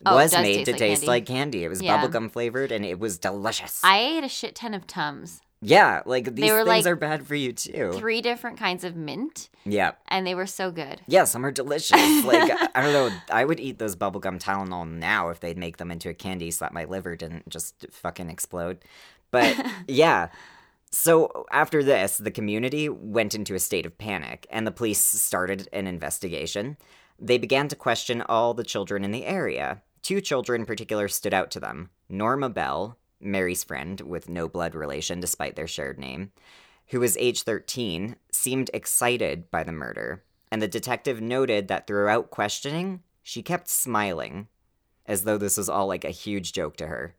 Speaker 2: Oh, it
Speaker 1: was
Speaker 2: does
Speaker 1: made
Speaker 2: taste
Speaker 1: to
Speaker 2: like
Speaker 1: taste
Speaker 2: candy.
Speaker 1: like candy. It was
Speaker 2: Yeah.
Speaker 1: bubblegum flavored and it was delicious.
Speaker 2: I ate a shit ton of Tums,
Speaker 1: yeah, like these
Speaker 2: were,
Speaker 1: things
Speaker 2: like,
Speaker 1: are bad for you too.
Speaker 2: three different kinds of mint,
Speaker 1: yeah.
Speaker 2: and they were so good.
Speaker 1: Yeah, some are delicious. Like, I don't know. I would eat those bubblegum Tylenol now if they'd make them into a candy so that my liver didn't just fucking explode. But yeah. So after this, the community went into a state of panic and the police started an investigation. They began to question all the children in the area. Two children in particular stood out to them Norma Bell, Mary's friend with no blood relation despite their shared name, who was age 13, seemed excited by the murder, and the detective noted that throughout questioning, she kept smiling, as though this was all like a huge joke to her.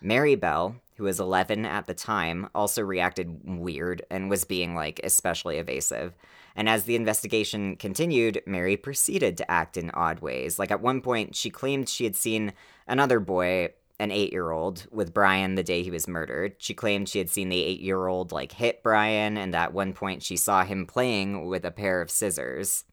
Speaker 1: Mary Bell, who was 11 at the time, also reacted weird and was being like especially evasive. And as the investigation continued, Mary proceeded to act in odd ways. Like at one point, she claimed she had seen another boy, an eight year old, with Brian the day he was murdered. She claimed she had seen the eight year old like hit Brian, and at one point, she saw him playing with a pair of scissors.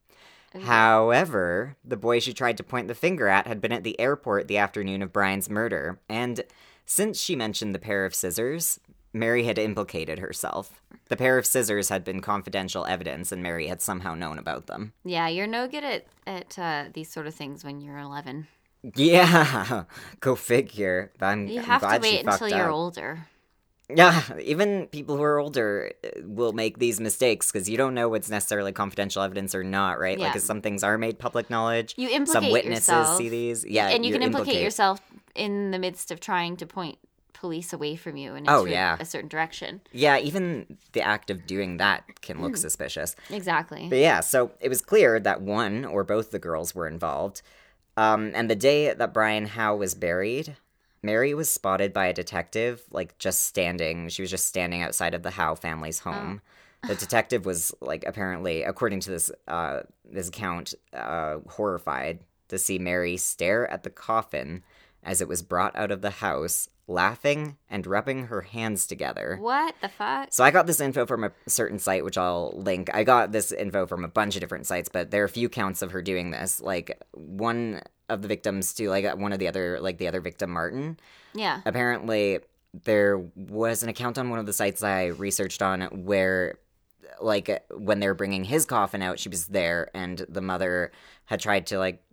Speaker 2: Mm-hmm.
Speaker 1: However, the boy she tried to point the finger at had been at the airport the afternoon of Brian's murder, and since she mentioned the pair of scissors, Mary had implicated herself. The pair of scissors had been confidential evidence, and Mary had somehow known about them.
Speaker 2: Yeah, you're no good at at uh, these sort of things when you're 11.
Speaker 1: Yeah, go figure. I'm,
Speaker 2: You
Speaker 1: I'm
Speaker 2: have to
Speaker 1: glad she
Speaker 2: wait until
Speaker 1: fucked up.
Speaker 2: you're older.
Speaker 1: Yeah, even people who are older uh, will make these mistakes because you don't know what's necessarily confidential evidence or not, right? Like,
Speaker 2: Yeah.
Speaker 1: 'cause some things are made public knowledge.
Speaker 2: You
Speaker 1: Some
Speaker 2: implicate
Speaker 1: witnesses
Speaker 2: yourself,
Speaker 1: see these. Yeah,
Speaker 2: and you, can implicate,
Speaker 1: implicate
Speaker 2: yourself in the midst of trying to point police away from you in a,
Speaker 1: Oh,
Speaker 2: cer-
Speaker 1: yeah.
Speaker 2: a certain direction.
Speaker 1: Yeah, even the act of doing that can look suspicious.
Speaker 2: Exactly.
Speaker 1: But yeah, so it was clear that one or both the girls were involved. Um, and the day that Brian Howe was buried, Mary was spotted by a detective, like just standing. She was just standing outside of the Howe family's home. The detective was like apparently, according to this uh, this account, uh, horrified to see Mary stare at the coffin as it was brought out of the house, laughing and rubbing her hands together.
Speaker 2: What the fuck?
Speaker 1: So I got this info from a certain site, which I'll link. I got this info from a bunch of different sites, but there are a few counts of her doing this. Like one of the victims to like one of the other, like the other victim, Martin.
Speaker 2: Yeah.
Speaker 1: Apparently, there was an account on one of the sites I researched on where, like, when they were bringing his coffin out, she was there, and the mother had tried to like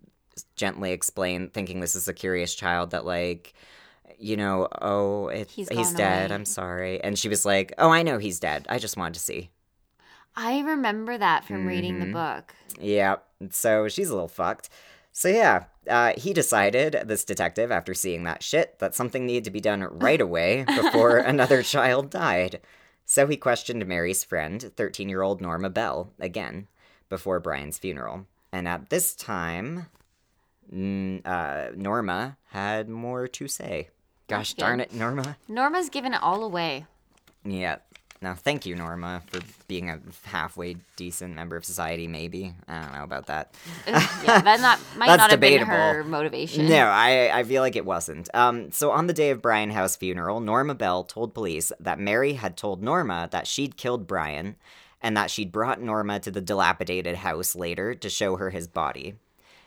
Speaker 1: gently explain, thinking this is a curious child that like. You know, oh, it's,
Speaker 2: He's
Speaker 1: he's,
Speaker 2: gone
Speaker 1: dead.
Speaker 2: away.
Speaker 1: I'm sorry. And she was like, "Oh, I know he's dead. I just wanted to see."
Speaker 2: I remember that from reading the
Speaker 1: Mm-hmm.
Speaker 2: book.
Speaker 1: Yeah, so she's a little fucked. So yeah, uh, he decided, this detective, after seeing that shit, that something needed to be done right away before another child died. So he questioned Mary's friend, 13 year old Norma Bell, again, before Brian's funeral. And at this time, n- uh, Norma had more to say. Gosh
Speaker 2: good.
Speaker 1: darn it, Norma.
Speaker 2: Norma's given it all away.
Speaker 1: Yeah. Now, thank you, Norma, for being a halfway decent member of society, maybe. I don't know about that.
Speaker 2: yeah, that not, might
Speaker 1: That's
Speaker 2: not have
Speaker 1: debatable.
Speaker 2: been her motivation.
Speaker 1: No, I, I feel like it wasn't. Um, so on the day of Brian Howe's funeral, Norma Bell told police that Mary had told Norma that she'd killed Brian and that she'd brought Norma to the dilapidated house later to show her his body.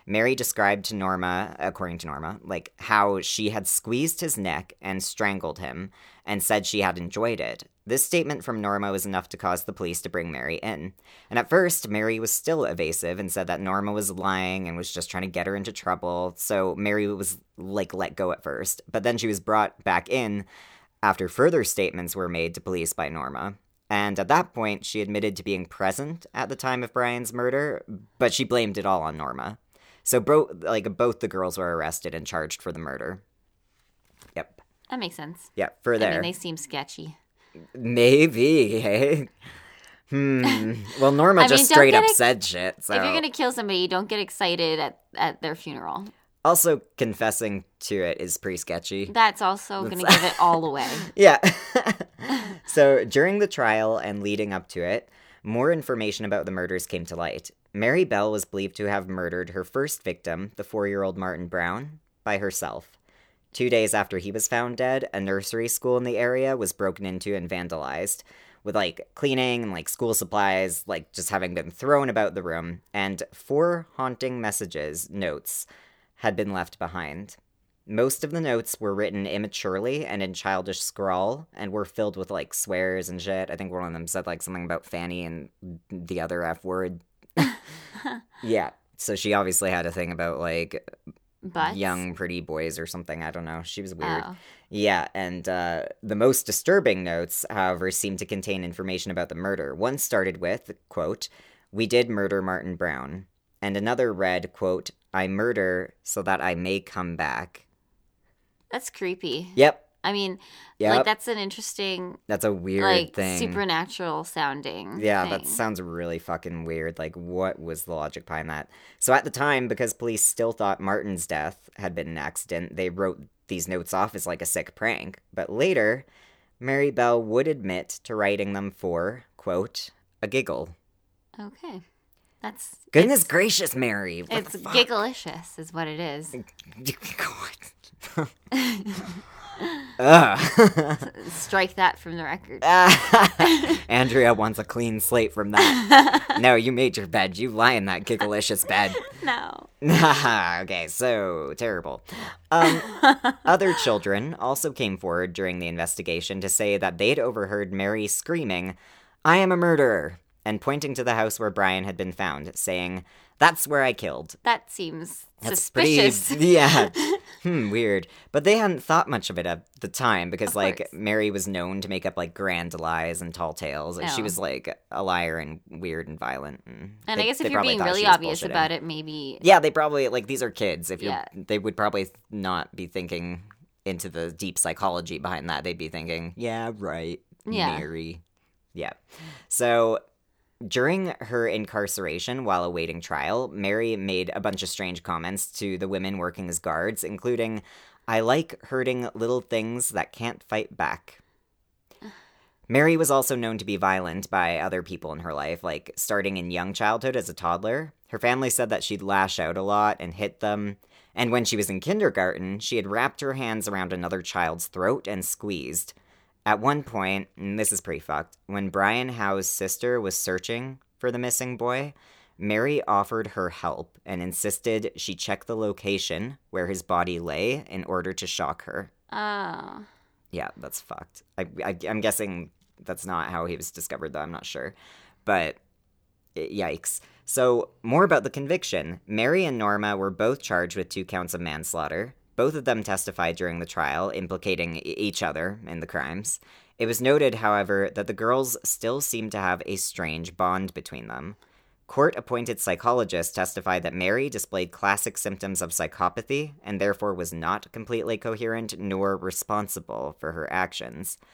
Speaker 1: Mary described to Norma, according to Norma, like how she had squeezed his neck and strangled him and said she had enjoyed it. This statement from Norma was enough to cause the police to bring Mary in. And at first, Mary was still evasive and said that Norma was lying and was just trying to get her into trouble. So Mary was like let go at first, but then she was brought back in after further statements were made to police by Norma. And at that point, she admitted to being present at the time of Brian's murder, but she blamed it all on Norma. So both like both the girls were arrested and charged for the murder. Yep.
Speaker 2: That makes sense.
Speaker 1: Yep. For
Speaker 2: I
Speaker 1: there.
Speaker 2: mean, they seem sketchy.
Speaker 1: Maybe, hey? Hmm. Well, Norma
Speaker 2: I mean,
Speaker 1: just
Speaker 2: don't
Speaker 1: straight
Speaker 2: get
Speaker 1: up
Speaker 2: ex-
Speaker 1: said shit. So
Speaker 2: If you're going to kill somebody, don't get excited at, at their funeral.
Speaker 1: also confessing to it is pretty sketchy.
Speaker 2: That's also going to give it all away.
Speaker 1: Yeah. so during the trial and leading up to it, more information about the murders came to light. Mary Bell was believed to have murdered her first victim, the four year old Martin Brown, by herself. Two days after he was found dead, a nursery school in the area was broken into and vandalized, with like cleaning and like school supplies, like just having been thrown about the room, and four haunting messages, notes, had been left behind. Most of the notes were written immaturely and in childish scrawl and were filled with like swears and shit. I think one of them said like something about Fanny and the other F word. yeah. So she obviously had a thing about like
Speaker 2: But
Speaker 1: young, pretty boys or something. I don't know. She was weird.
Speaker 2: Oh.
Speaker 1: Yeah, and uh, the most disturbing notes, however, seem to contain information about the murder. One started with, quote, We did murder Martin Brown. And another read, quote, I murder so that I may come back.
Speaker 2: That's creepy.
Speaker 1: Yep.
Speaker 2: I mean,
Speaker 1: Yep.
Speaker 2: like that's an interesting,
Speaker 1: That's a weird
Speaker 2: like
Speaker 1: thing.
Speaker 2: supernatural sounding.
Speaker 1: Yeah,
Speaker 2: thing.
Speaker 1: that sounds really fucking weird. Like, what was the logic behind that? So, at the time, because police still thought Martin's death had been an accident, they wrote these notes off as like a sick prank. But later, Mary Bell would admit to writing them for, quote, a giggle.
Speaker 2: okay. That's
Speaker 1: Goodness gracious, Mary. What
Speaker 2: it's
Speaker 1: the fuck?
Speaker 2: gigglicious, is what it is.
Speaker 1: God. Ugh.
Speaker 2: Strike that from the record.
Speaker 1: Andrea wants a clean slate from that. No, you made your bed. You lie in that gigglicious bed.
Speaker 2: no.
Speaker 1: okay, so terrible. Um, other children also came forward during the investigation to say that they'd overheard Mary screaming, I am a murderer, and pointing to the house where Brian had been found, saying, That's where I killed.
Speaker 2: That seems
Speaker 1: That's
Speaker 2: suspicious.
Speaker 1: pretty. Yeah. hmm, weird. But they hadn't thought much of it at the time because,
Speaker 2: Of
Speaker 1: like,
Speaker 2: course.
Speaker 1: Mary was known to make up, like, grand lies and tall tales. Like, She
Speaker 2: Oh.
Speaker 1: was, like, a liar and weird and violent. And,
Speaker 2: and I
Speaker 1: they-
Speaker 2: guess
Speaker 1: they
Speaker 2: if you're
Speaker 1: probably
Speaker 2: being
Speaker 1: thought
Speaker 2: really
Speaker 1: she was
Speaker 2: obvious
Speaker 1: bullshitting.
Speaker 2: about it, maybe
Speaker 1: Yeah, they probably, like, these are kids. If you're,
Speaker 2: Yeah.
Speaker 1: They would probably not be thinking into the deep psychology behind that. They'd be thinking, yeah, right.
Speaker 2: Yeah.
Speaker 1: Mary. Yeah. So during her incarceration while awaiting trial, Mary made a bunch of strange comments to the women working as guards, including, I like hurting little things that can't fight back. Mary was also known to be violent by other people in her life, like starting in young childhood as a toddler. Her family said that she'd lash out a lot and hit them. And when she was in kindergarten, she had wrapped her hands around another child's throat and squeezed. At one point, and this is pretty fucked, when Brian Howe's sister was searching for the missing boy, Mary offered her help and insisted she check the location where his body lay in order to shock her.
Speaker 2: oh,
Speaker 1: Yeah, that's fucked. I, I, I'm guessing that's not how he was discovered, though. I'm not sure. But y- yikes. So, more about the conviction. Mary and Norma were both charged with two counts of manslaughter. Both of them testified during the trial, implicating e- each other in the crimes. It was noted, however, that the girls still seemed to have a strange bond between them. Court appointed psychologists testified that Mary displayed classic symptoms of psychopathy and therefore was not completely coherent nor responsible for her actions.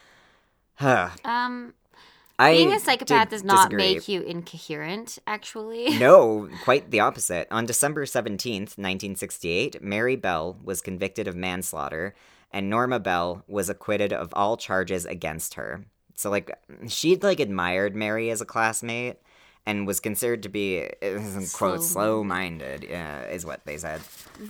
Speaker 1: Huh.
Speaker 2: um,
Speaker 1: I
Speaker 2: being a psychopath
Speaker 1: did
Speaker 2: does not
Speaker 1: disagree.
Speaker 2: make you incoherent. Actually,
Speaker 1: no, quite the opposite. On December 17th, 1968, Mary Bell was convicted of manslaughter, and Norma Bell was acquitted of all charges against her. So, like, she'd, like, admired Mary as a classmate and was considered to be, quote,
Speaker 2: Slow-minded.
Speaker 1: slow-minded, yeah, is what they said.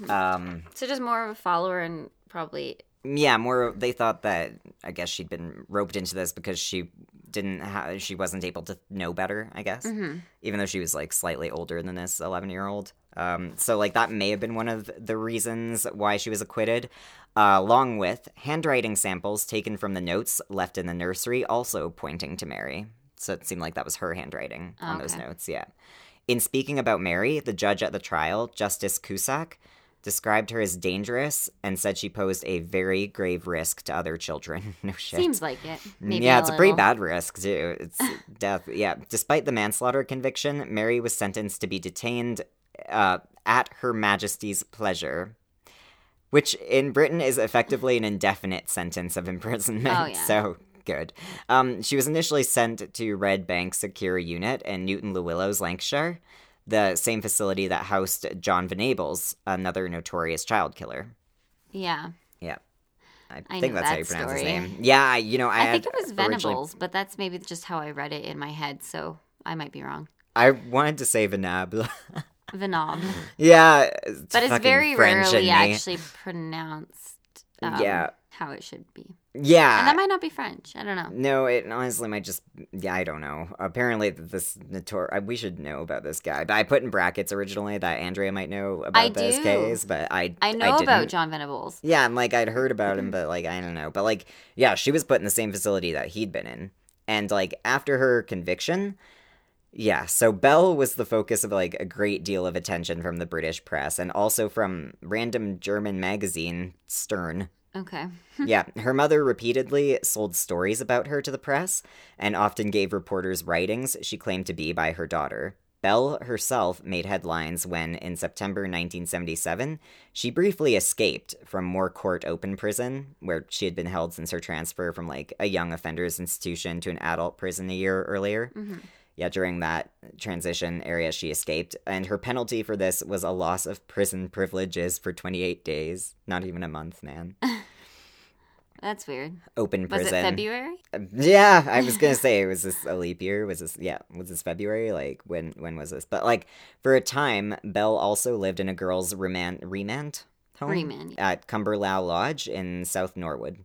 Speaker 1: Um...
Speaker 2: so just more of a follower and probably
Speaker 1: Yeah, more they thought that I guess she'd been roped into this because she didn't ha- she wasn't able to know better, I guess.
Speaker 2: Mm-hmm.
Speaker 1: Even though she was like slightly older than this 11-year-old. Um so like that may have been one of the reasons why she was acquitted. Uh, along with handwriting samples taken from the notes left in the nursery also pointing to Mary. So it seemed like that was her handwriting on those
Speaker 2: Okay.
Speaker 1: notes, yeah. In speaking about Mary, the judge at the trial, Justice Cusack, described her as dangerous and said she posed a very grave risk to other children. no shit.
Speaker 2: seems like it. Maybe
Speaker 1: yeah, it's a pretty
Speaker 2: little.
Speaker 1: bad risk too. It's death. Yeah. Despite the manslaughter conviction, Mary was sentenced to be detained uh, at Her Majesty's pleasure, which in Britain is effectively an indefinite sentence of imprisonment.
Speaker 2: Oh, yeah.
Speaker 1: So good. Um, she was initially sent to Red Bank Secure Unit in Newton Lewillows, Lancashire, the same facility that housed John Venables, another notorious child killer.
Speaker 2: Yeah,
Speaker 1: Yeah. I,
Speaker 2: I
Speaker 1: think
Speaker 2: know
Speaker 1: that's how
Speaker 2: that
Speaker 1: you pronounce his
Speaker 2: story.
Speaker 1: name. Yeah, I- you know, I,
Speaker 2: I, think
Speaker 1: had
Speaker 2: it was
Speaker 1: originally-
Speaker 2: Venables, but that's maybe just how I read it in my head. So I might be wrong.
Speaker 1: I wanted to say Venable.
Speaker 2: Venob,
Speaker 1: yeah,
Speaker 2: but it's
Speaker 1: fucking
Speaker 2: very
Speaker 1: French in
Speaker 2: rarely
Speaker 1: me.
Speaker 2: actually pronounced. Um,
Speaker 1: Yeah.
Speaker 2: how it should be,
Speaker 1: Yeah,
Speaker 2: and that might not be French. I don't know.
Speaker 1: no, it honestly might just. Yeah, I don't know. Apparently, this notor. I- We should know about this guy. But I put in brackets originally that Andrea might know about
Speaker 2: I
Speaker 1: this
Speaker 2: do.
Speaker 1: case, but I
Speaker 2: I know
Speaker 1: didn't.
Speaker 2: about John Venables.
Speaker 1: Yeah, and like I'd heard about him, but like I don't know. But like, yeah, she was put in the same facility that he'd been in. And like after her conviction, yeah, so Bell was the focus of like a great deal of attention from the British press and also from random German magazine Stern.
Speaker 2: Okay,
Speaker 1: yeah, her mother repeatedly sold stories about her to the press and often gave reporters writings she claimed to be by her daughter. Bell herself made headlines when, in September 1977, she briefly escaped from Moorcourt Open Prison, where she had been held since her transfer from like a young offenders institution to an adult prison a year earlier.
Speaker 2: Mhm.
Speaker 1: Yeah, during that transition area, she escaped, and her penalty for this was a loss of prison privileges for 28 days. Not even a month, man
Speaker 2: that's weird.
Speaker 1: open
Speaker 2: Was
Speaker 1: prison.
Speaker 2: it February?
Speaker 1: Yeah, I was gonna say, was this a leap year? Was this yeah? Was this February? Like when when was this? But like for a time, Bell also lived in a girls' remand remand home
Speaker 2: Remand.
Speaker 1: at Cumberlow Lodge in South Norwood.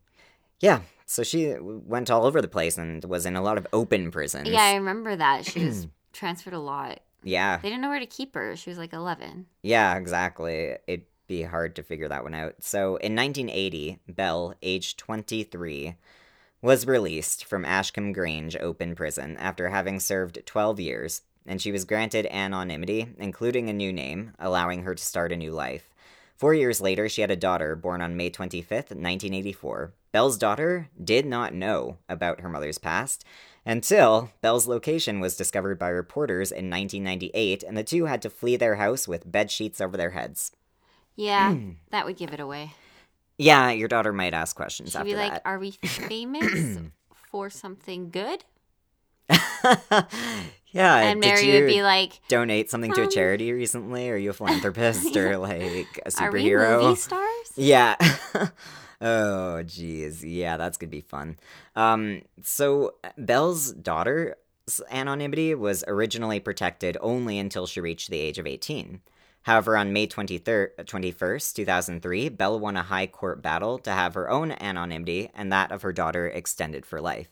Speaker 1: Yeah, so she went all over the place and was in a lot of open prisons.
Speaker 2: Yeah, I remember that. She was transferred a lot.
Speaker 1: yeah,
Speaker 2: They didn't know where to keep her. She was like 11.
Speaker 1: Yeah, exactly. It'd be hard to figure that one out. So in 1980, Bell, aged 23, was released from Ashcombe Grange Open Prison after having served 12 years, and she was granted anonymity, including a new name, allowing her to start a new life. Four years later, she had a daughter born on May 25th, 1984. Belle's daughter did not know about her mother's past until Belle's location was discovered by reporters in 1998, and the two had to flee their house with bed sheets over their heads.
Speaker 2: Yeah, that would give it away.
Speaker 1: Yeah, your daughter might ask questions
Speaker 2: She'd
Speaker 1: after
Speaker 2: be like,
Speaker 1: that.
Speaker 2: "Are we famous for something good?"
Speaker 1: yeah,
Speaker 2: and
Speaker 1: Uh, did
Speaker 2: Mary
Speaker 1: you
Speaker 2: would be like,
Speaker 1: donate something to a
Speaker 2: um,
Speaker 1: charity recently? Are you a philanthropist or like a
Speaker 2: "Are we movie
Speaker 1: superhero?
Speaker 2: stars?"
Speaker 1: Yeah. oh, geez. Yeah, that's gonna be fun. Um, so Belle's daughter's anonymity was originally protected only until she reached the age of 18. However, on May 23rd, 21st, 2003, Belle won a high court battle to have her own anonymity and that of her daughter extended for life.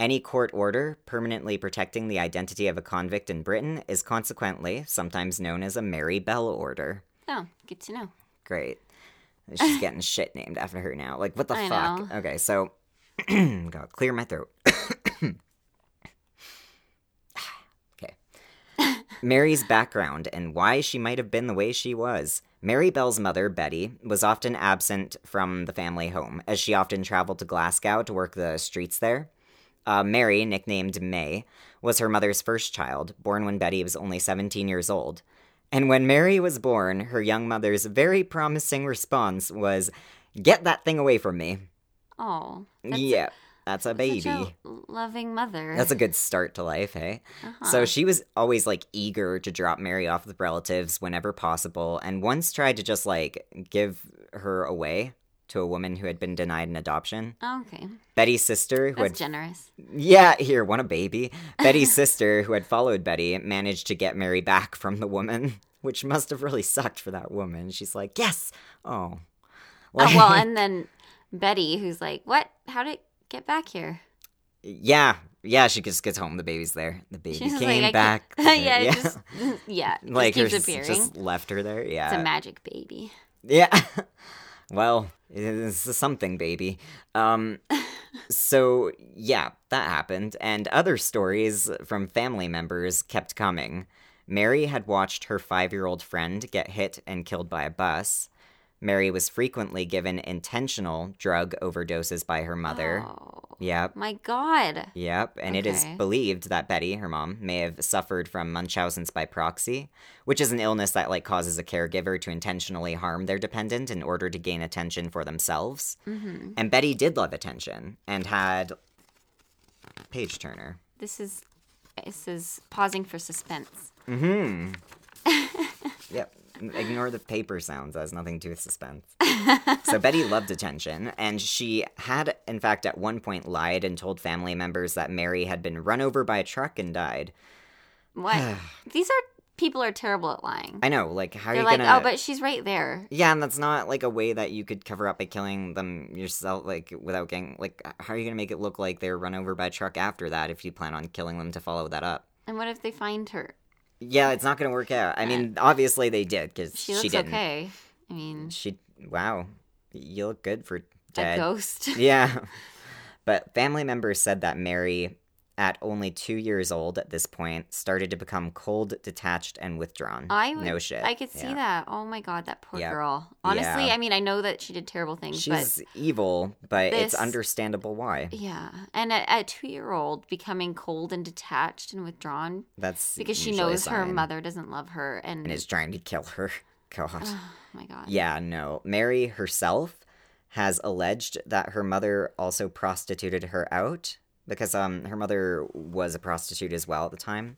Speaker 1: Any court order permanently protecting the identity of a convict in Britain is consequently sometimes known as a Mary Bell order.
Speaker 2: Oh, good to know.
Speaker 1: Great. She's getting shit named after her now. Like, what the
Speaker 2: I
Speaker 1: fuck?
Speaker 2: know.
Speaker 1: Okay, so. God, clear my throat. okay. Mary's background and why she might have been the way she was. Mary Bell's mother, Betty, was often absent from the family home, as she often traveled to Glasgow to work the streets there. Uh, Mary, nicknamed May, was her mother's first child, born when Betty was only 17 years old. And when Mary was born, her young mother's very promising response was, Get that thing away from me.
Speaker 2: Oh,
Speaker 1: yeah, that's a baby.
Speaker 2: such a loving mother.
Speaker 1: That's a good start to life, hey?
Speaker 2: Uh-huh.
Speaker 1: So she was always like eager to drop Mary off with relatives whenever possible, and once tried to just like give her away to a woman who had been denied an adoption.
Speaker 2: okay,
Speaker 1: Betty's sister, who
Speaker 2: that's
Speaker 1: had
Speaker 2: generous.
Speaker 1: yeah, here, want a baby? Betty's sister, who had followed Betty, managed to get Mary back from the woman, which must have really sucked for that woman. She's like, yes, oh.
Speaker 2: Oh, Uh, well,
Speaker 1: Like-
Speaker 2: and then Betty, who's like, "What? How did it get back here?"
Speaker 1: yeah, yeah, she just gets home, the baby's there. The baby
Speaker 2: She's
Speaker 1: came
Speaker 2: like,
Speaker 1: back.
Speaker 2: I can't- yeah, it just yeah, it
Speaker 1: like her s-
Speaker 2: just keeps appearing.
Speaker 1: just left her there. Yeah,
Speaker 2: it's a magic baby.
Speaker 1: Yeah. well, it's a something, baby. Um, so, yeah, that happened. And other stories from family members kept coming. Mary had watched her five year old friend get hit and killed by a bus. Mary was frequently given intentional drug overdoses by her mother.
Speaker 2: Oh,
Speaker 1: Yep.
Speaker 2: my God.
Speaker 1: Yep, and it is
Speaker 2: Okay.
Speaker 1: believed that Betty, her mom, may have suffered from Munchausen's by proxy, which is an illness that like causes a caregiver to intentionally harm their dependent in order to gain attention for themselves.
Speaker 2: hmm
Speaker 1: And Betty did love attention and had page turner.
Speaker 2: This is this is pausing for suspense.
Speaker 1: Mhm. yep. Ignore the paper sounds. That has nothing to do with suspense. so Betty loved attention, and she had, in fact, at one point lied and told family members that Mary had been run over by a truck and died.
Speaker 2: What? These are people are terrible at lying.
Speaker 1: I know, like how are
Speaker 2: They're
Speaker 1: you
Speaker 2: like,
Speaker 1: gonna?
Speaker 2: oh, but she's right there.
Speaker 1: yeah, and that's not like a way that you could cover up by killing them yourself, like without getting like how are you gonna make it look like they were run over by a truck after that if you plan on killing them to follow that up?
Speaker 2: And what if they find her?
Speaker 1: Yeah, it's not gonna work out. I mean, obviously they did because she,
Speaker 2: She looks
Speaker 1: didn't.
Speaker 2: okay. I mean,
Speaker 1: She wow, you look good for
Speaker 2: a
Speaker 1: dead.
Speaker 2: ghost.
Speaker 1: yeah. But family members said that Mary, at only two years old at this point, started to become cold, detached, and withdrawn.
Speaker 2: I would,
Speaker 1: no shit.
Speaker 2: I could see
Speaker 1: Yeah.
Speaker 2: that. Oh my god, that poor
Speaker 1: Yeah.
Speaker 2: girl. Honestly,
Speaker 1: Yeah.
Speaker 2: I mean, I know that she did terrible things,
Speaker 1: She's evil, but it's
Speaker 2: this-
Speaker 1: understandable why.
Speaker 2: but yeah. And a, a two-year-old becoming cold and detached and withdrawn
Speaker 1: That's
Speaker 2: because she
Speaker 1: usually a
Speaker 2: knows her
Speaker 1: sign.
Speaker 2: mother doesn't love her and,
Speaker 1: and is trying to kill her. God.
Speaker 2: oh my god.
Speaker 1: Yeah, no. Mary herself has alleged that her mother also prostituted her out because um her mother was a prostitute as well at the time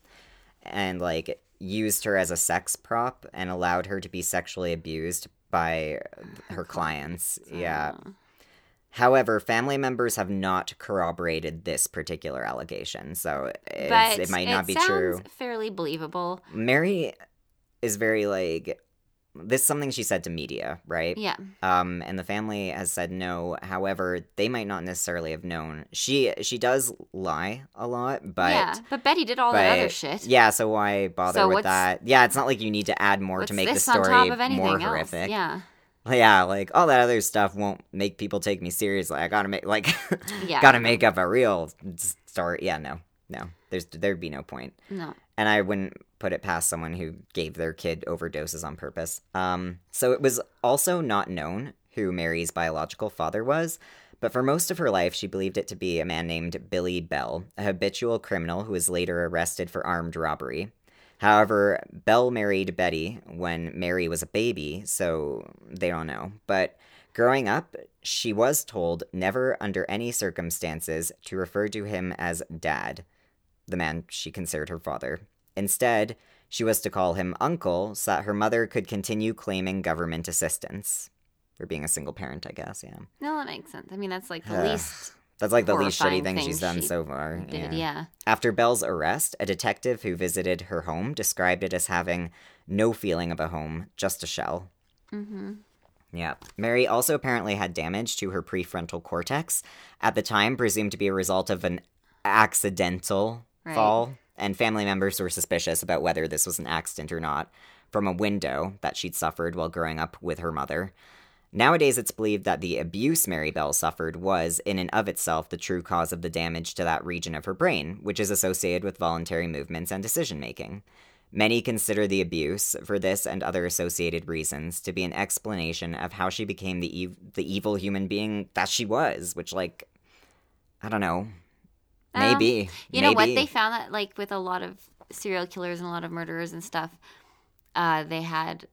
Speaker 1: and like used her as a sex prop and allowed her to be sexually abused by her clients. Yeah.
Speaker 2: Oh.
Speaker 1: However, family members have not corroborated this particular allegation, so it's,
Speaker 2: But
Speaker 1: it might not be
Speaker 2: sounds
Speaker 1: true.
Speaker 2: Fairly believable.
Speaker 1: Mary is very like this is something she said to media, right?
Speaker 2: Yeah.
Speaker 1: Um, and the family has said no. However, they might not necessarily have known. She she does lie a lot, but
Speaker 2: yeah. But Betty did all that other
Speaker 1: but-
Speaker 2: shit.
Speaker 1: yeah, so why bother
Speaker 2: So
Speaker 1: with
Speaker 2: what's-
Speaker 1: that? Yeah, it's not like you need to add more
Speaker 2: What's
Speaker 1: to make the
Speaker 2: this
Speaker 1: story
Speaker 2: on top of anything
Speaker 1: more
Speaker 2: else?
Speaker 1: horrific.
Speaker 2: Yeah.
Speaker 1: yeah, like all that other stuff won't make people take me seriously. I gotta make like
Speaker 2: Yeah.
Speaker 1: gotta make up a real s- story. Yeah, no, no, there's there'd be no point.
Speaker 2: No.
Speaker 1: and I wouldn't put it past someone who gave their kid overdoses on purpose. Um, so it was also not known who Mary's biological father was, but for most of her life, she believed it to be a man named Billy Bell, a habitual criminal who was later arrested for armed robbery. However, Bell married Betty when Mary was a baby, so they don't know. But growing up, she was told never under any circumstances to refer to him as dad the man she considered her father. Instead, she was to call him uncle so that her mother could continue claiming government assistance. For being a single parent, I guess, yeah.
Speaker 2: No, that makes sense. I mean, that's like the
Speaker 1: Ugh.
Speaker 2: least
Speaker 1: That's like the least shitty
Speaker 2: Horrifying
Speaker 1: thing
Speaker 2: thing
Speaker 1: she's done
Speaker 2: she
Speaker 1: so far.
Speaker 2: did. Yeah.
Speaker 1: After Bell's arrest, a detective who visited her home described it as having no feeling of a home, just a shell.
Speaker 2: Mm-hmm.
Speaker 1: Yeah. Mary also apparently had damage to her prefrontal cortex, at the time presumed to be a result of an accidental
Speaker 2: Right.
Speaker 1: fall, and family members were suspicious about whether this was an accident or not from a window that she'd suffered while growing up with her mother. Nowadays, it's believed that the abuse Mary Bell suffered was, in and of itself, the true cause of the damage to that region of her brain, which is associated with voluntary movements and decision making. Many consider the abuse, for this and other associated reasons, to be an explanation of how she became the, ev- the evil human being that she was, which, like, I don't know.
Speaker 2: Um,
Speaker 1: Maybe.
Speaker 2: You know what?
Speaker 1: Maybe.
Speaker 2: They found that like with a lot of serial killers and a lot of murderers and stuff, uh, they had